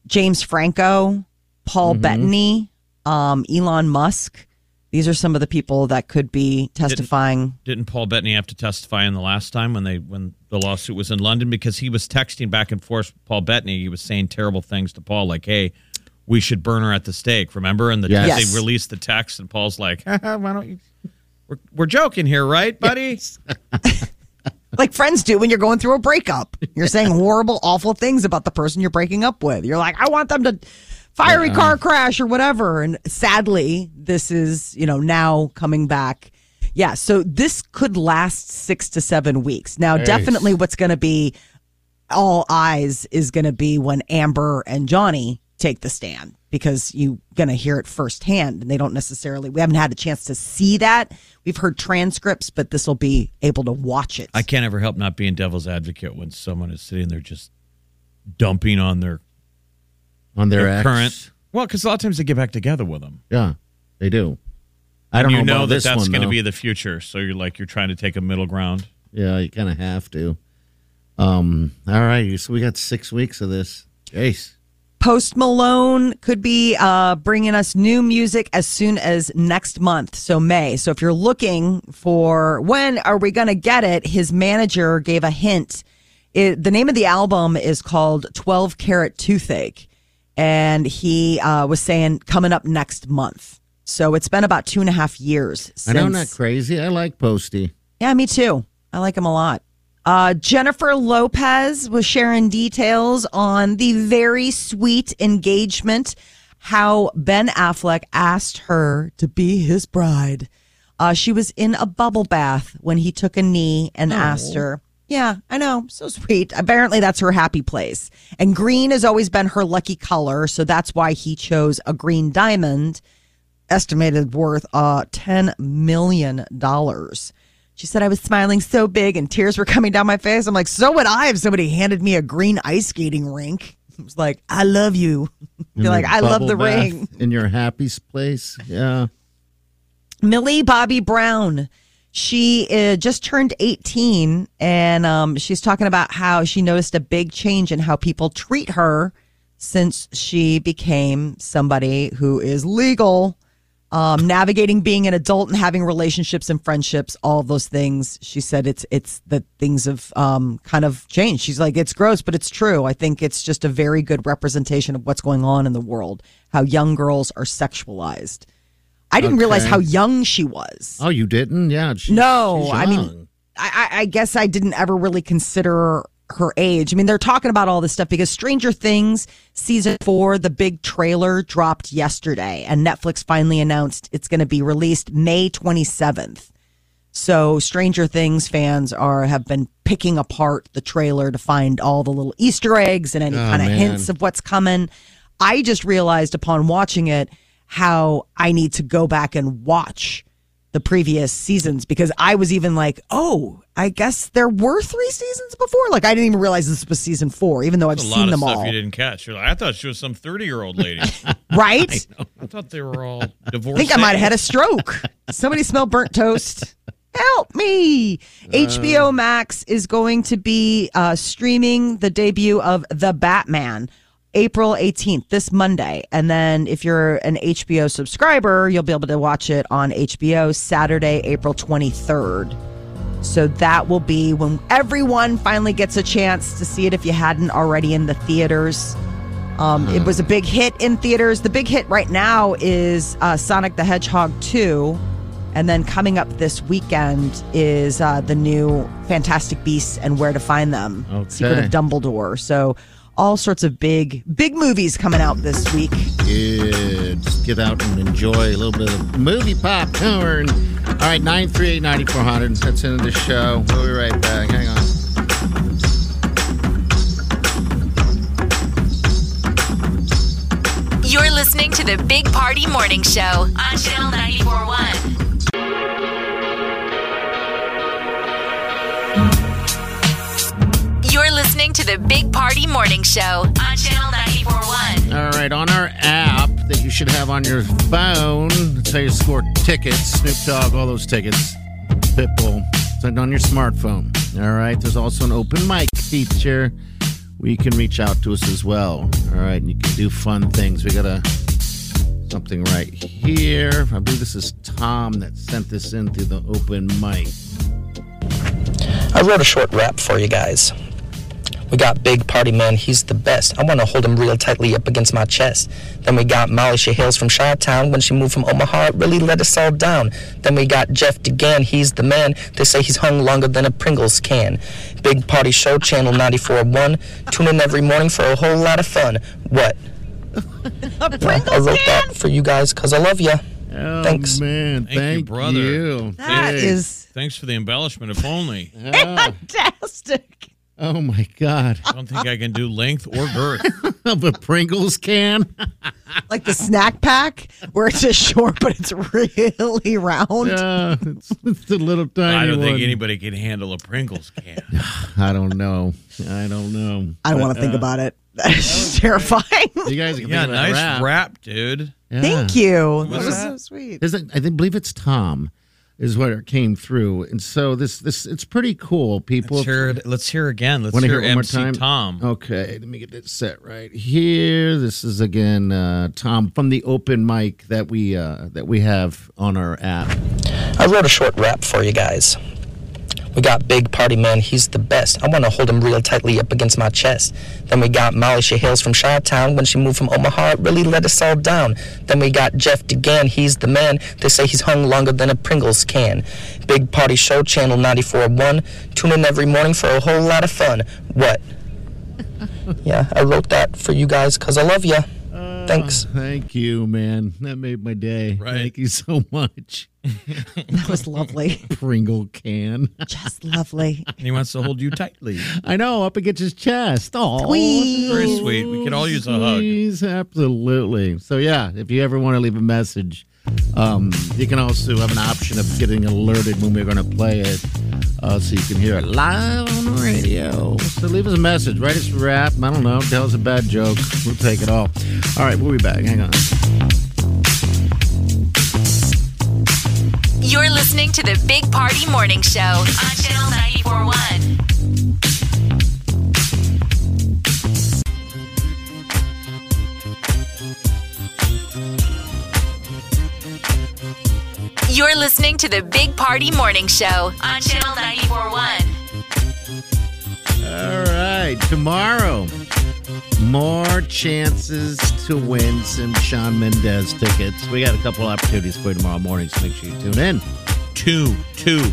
S5: James Franco, Paul Bettany, um, Elon Musk. These are some of the people that could be testifying.
S4: Didn't Paul Bettany have to testify in the last time when they when the lawsuit was in London because he was texting back and forth with Paul Bettany. He was saying terrible things to Paul, like, "Hey, we should burn her at the stake." Remember? And the
S3: Yes.
S5: Yes.
S4: they released the text, and Paul's like, "Why don't you?" We're, we're joking here, right, buddy?
S5: like friends do when you're going through a breakup. You're saying horrible, awful things about the person you're breaking up with. You're like, I want them to fiery car crash or whatever. And sadly, this is, you know, now coming back. Yeah. So this could last six to seven weeks. Now, definitely what's going to be all eyes is going to be when Amber and Johnny take the stand because you're going to hear it firsthand and they don't necessarily we haven't had a chance to see that we've heard transcripts but this will be able to watch it
S4: I can't ever help not being devil's advocate when someone is sitting there just dumping on their
S3: On their,
S4: their
S3: ex.
S4: current. Well, because a lot of times they get back together with them.
S3: Yeah, they do. I
S4: And
S3: don't
S4: you know,
S3: about
S4: that
S3: this
S4: that's
S3: one,
S4: going to
S3: though.
S4: be the future. So you're like you're trying to take a middle ground.
S3: Yeah, you kind of have to. Um. All right. So we got six weeks of this. Jeez.
S5: Post Malone could be uh, bringing us new music as soon as next month, so May. So if you're looking for when are we going to get it, his manager gave a hint. It, the name of the album is called 12 Carat Toothache, and he uh, was saying coming up next month. So it's been about two and a half years since.
S3: I know, I'm not crazy. I like Posty.
S5: Yeah, me too. I like him a lot. Uh, Jennifer Lopez was sharing details on the very sweet engagement, how Ben Affleck asked her to be his bride. Uh, she was in a bubble bath when he took a knee and asked her. Yeah, I know. So sweet. Apparently, that's her happy place. And green has always been her lucky color. So that's why he chose a green diamond estimated worth uh ten million dollars. She said I was smiling so big and tears were coming down my face. I'm like, so would I if somebody handed me a green ice skating rink. It was like, I love you. Be
S3: In
S5: like,
S3: your
S5: I love
S3: bubble
S5: the
S3: bath
S5: ring.
S3: in your happy place. Yeah.
S5: Millie Bobby Brown. She uh, just turned 18 and um, she's talking about how she noticed a big change in how people treat her since she became somebody who is legal. Um, navigating being an adult and having relationships and friendships, all those things. She said it's it's the things have um, kind of changed. She's like, it's gross, but it's true. I think it's just a very good representation of what's going on in the world, how young girls are sexualized. I didn't realize
S3: Okay.
S5: how young she was.
S3: Oh, you didn't? Yeah. she's-
S5: No,
S3: she's
S5: I mean-
S3: young.
S5: I, I I guess I didn't ever really consider her age. I mean, they're talking about all this stuff because Stranger Things season four, the big trailer dropped yesterday, and Netflix finally announced it's going to be released May 27th. So, Stranger Things fans are have been picking apart the trailer to find all the little Easter eggs and
S4: Oh,
S5: any kind of
S3: man.
S5: hints of what's coming. I just realized upon watching it how I need to go back and watch the previous seasons because I was even like, oh, I guess there were three seasons before. Like I didn't even realize this was season four, even though I've
S4: There's a lot
S5: seen
S4: of
S5: them
S4: stuff
S5: all.
S4: you didn't catch. You're like, I thought she was some 30 year old lady.
S5: Right?
S4: I thought they were all
S5: I
S4: divorced.
S5: think I might have had a stroke. Somebody smell burnt toast. Help me. HBO Max is going to be uh, streaming the debut of The Batman April 18th, this Monday. And then if you're an HBO subscriber, you'll be able to watch it on HBO Saturday, April 23rd. So that will be when everyone finally gets a chance to see it if you hadn't already in the theaters. Um, It was a big hit in theaters. The big hit right now is uh, Sonic the Hedgehog 2. And then coming up this weekend is uh, the new Fantastic Beasts and Where to Find Them Secret
S3: Okay.
S5: of Dumbledore. So all sorts of big, big movies coming out this week.
S3: Yeah, just get out and enjoy a little bit of movie popcorn. All right, 938 9400. That's the end of the show. We'll be right back. Hang on.
S2: You're listening to the Big Party Morning Show on Channel 941. You're listening to the Big Party Morning Show on Channel 941.
S3: All right, on our app that you should have on your phone, that's how you score tickets, Snoop Dogg, all those tickets, Pitbull. It's like on your smartphone. All right, there's also an open mic feature where you can reach out to us as well. All right, and you can do fun things. We got a something right here. I believe this is Tom that sent this in through the open mic.
S10: I wrote a short rap for you guys. We got Big Party Man, he's the best. I wanna hold him real tightly up against my chest. Then we got Molly, she hails from Chi Town. When she moved from Omaha, it really let us all down. Then we got Jeff DeGan, he's the man. They say he's hung longer than a Pringles can. Big Party Show, Channel 94.1. Tune in every morning for a whole lot of fun. What?
S5: A
S10: I wrote that for you guys because I love ya.
S3: Oh
S10: Thanks.
S3: man,
S4: Thank, you, brother.
S3: you.
S5: That
S3: Hey.
S5: is
S4: Thanks for the embellishment, if only.
S3: Ah,
S5: fantastic.
S3: oh my god.
S4: I don't think I can do length or girth.
S3: of a Pringles can.
S5: Like the snack pack where it's just short, but it's really round.
S3: Yeah, it's, it's a little tiny
S4: I don't
S3: one.
S4: think anybody can handle a Pringles can.
S3: I don't know. I don't know.
S5: I don't want to think about it. That is terrifying.
S3: You guys can
S4: yeah,
S3: think about
S4: nice
S3: rap.
S4: rap. dude.
S3: Yeah.
S5: Thank you. That
S4: was
S5: was
S4: that?
S5: so sweet.
S3: Isn't- I think- believe it's Tom is what it came through, and so this this it's pretty cool. People
S4: Let's hear, it- let's hear again. Let's
S3: Wanna
S4: hear,
S3: it one more
S4: MC
S3: time? Oh.
S4: Tom.
S3: Okay, let me get this set right here. This is again uh, Tom from the open mic that we uh, that we have on our app.
S10: I wrote a short rap for you guys. We got Big Party Man, he's the best. I wanna hold him real tightly up against my chest. Then we got Molly, she hails from Chi Town. When she moved from Omaha, it really let us all down. Then we got Jeff DeGan, he's the man. They say he's hung longer than a Pringles can. Big Party Show, Channel 94.1. Tune in every morning for a whole lot of fun. What? yeah, I wrote that for you guys because I love ya. Thanks.
S3: Thank you, man. That made my day.
S4: Right.
S3: Thank you so much.
S5: That was lovely.
S3: Pringle can.
S5: Just lovely.
S4: He wants to hold you tightly.
S3: I know, up against his chest. Oh,
S5: Tweet.
S4: Very sweet. We could all use a hug.
S3: absolutely. So yeah, if you ever want to leave a message, um, you can also have an option of getting alerted when we're going to play it, uh, so you can hear it live on the radio. So leave us a message. Write us a rap. I don't know. Tell us a bad joke. We'll take it all. All right, we'll be back. Hang on.
S2: You're listening to the Big Party Morning Show on Channel 941. You're listening to the Big Party Morning Show on Channel 941.
S3: All right, tomorrow, more chances to win some Sean Mendez tickets. We got a couple opportunities for you tomorrow morning, so make sure you tune in.
S4: Two, two,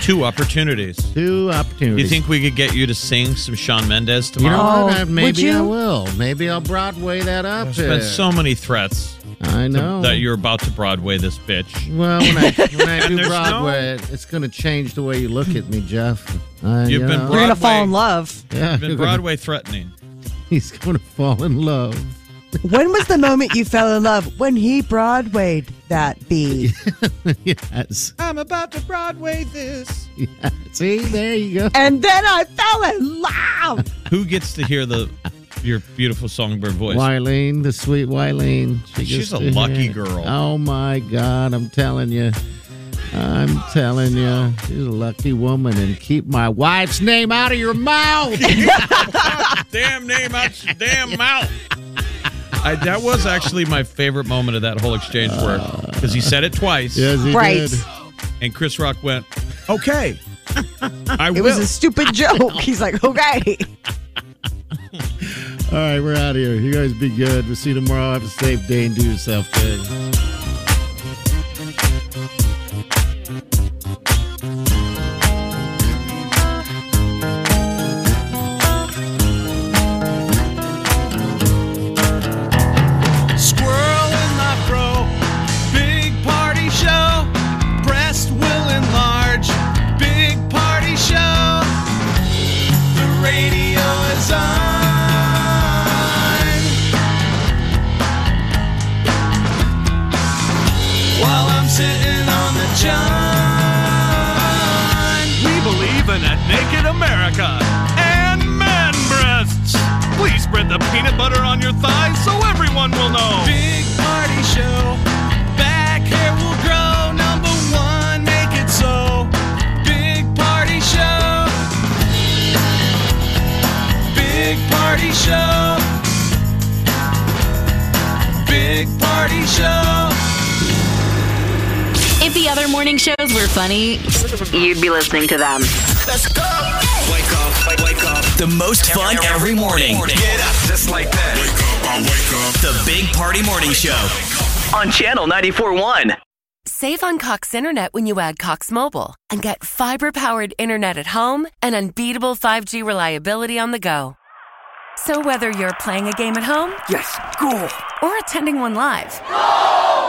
S4: two opportunities.
S3: Two opportunities.
S4: You think we could get you to sing some Sean Mendez
S3: You know
S4: tomorrow?
S3: what?
S5: Oh,
S3: I,
S5: would
S3: maybe I
S5: you?
S3: will. Maybe I'll Broadway that up.
S4: There's been
S3: here.
S4: so many threats
S3: I
S4: to-
S3: know.
S4: that you're about to Broadway this bitch.
S3: well, when I, when I do
S4: there's
S3: Broadway, it's going to change the way you look at me, Jeff. I
S4: You've
S5: You're
S3: know.
S4: been
S5: going to
S4: Broadway.
S5: fall in love.
S3: Yeah,
S4: Been
S3: you're gonna-
S4: Broadway threatening.
S3: he's going to fall in love.
S5: when was the moment you fell in love? When he Broadwayed that bead.
S3: yes.
S1: I'm about to Broadway this.
S3: See, there you go.
S5: And then I fell in love.
S4: Who gets to hear the your beautiful songbird voice?
S3: Wileen, the sweet Wileen. She
S4: She's
S3: gets to
S4: a lucky
S3: hear it.
S4: girl.
S3: Oh my God, I'm telling you. I'm telling you, she's a lucky woman, and keep my wife's name out of your mouth.
S4: damn name out your damn mouth. I, that was actually my favorite moment of that whole exchange work because he said it twice.
S3: Yes, he Right. did.
S4: And Chris Rock went, "Okay, I
S5: it
S4: will."
S5: was a stupid joke. He's like, okay.
S3: All right, we're out of here. You guys be good. We'll see you tomorrow. Have a safe day and do yourself good.
S1: Squirrel in my bro, big party show. Breast will enlarge, big party show. The radio is on. While I'm sitting on the john.
S11: We believe in a naked America and man breasts. Please spread the peanut butter on your thighs so everyone will know.
S1: Big party show. Back hair will grow. Number one, make it so. Big party show. Big party show. Big party show.
S2: If the other morning shows were funny, you'd be listening to them.
S1: Let's go. Wake up, wake, wake up. The most fun every morning. Get up just like that. Wake up, I wake up. The Big Party Morning Show on Channel 94.1.
S12: Save on Cox Internet when you add Cox Mobile and get fiber powered internet at home and unbeatable 5G reliability on the go. So, whether you're playing a game at home, yes, cool, or attending one live,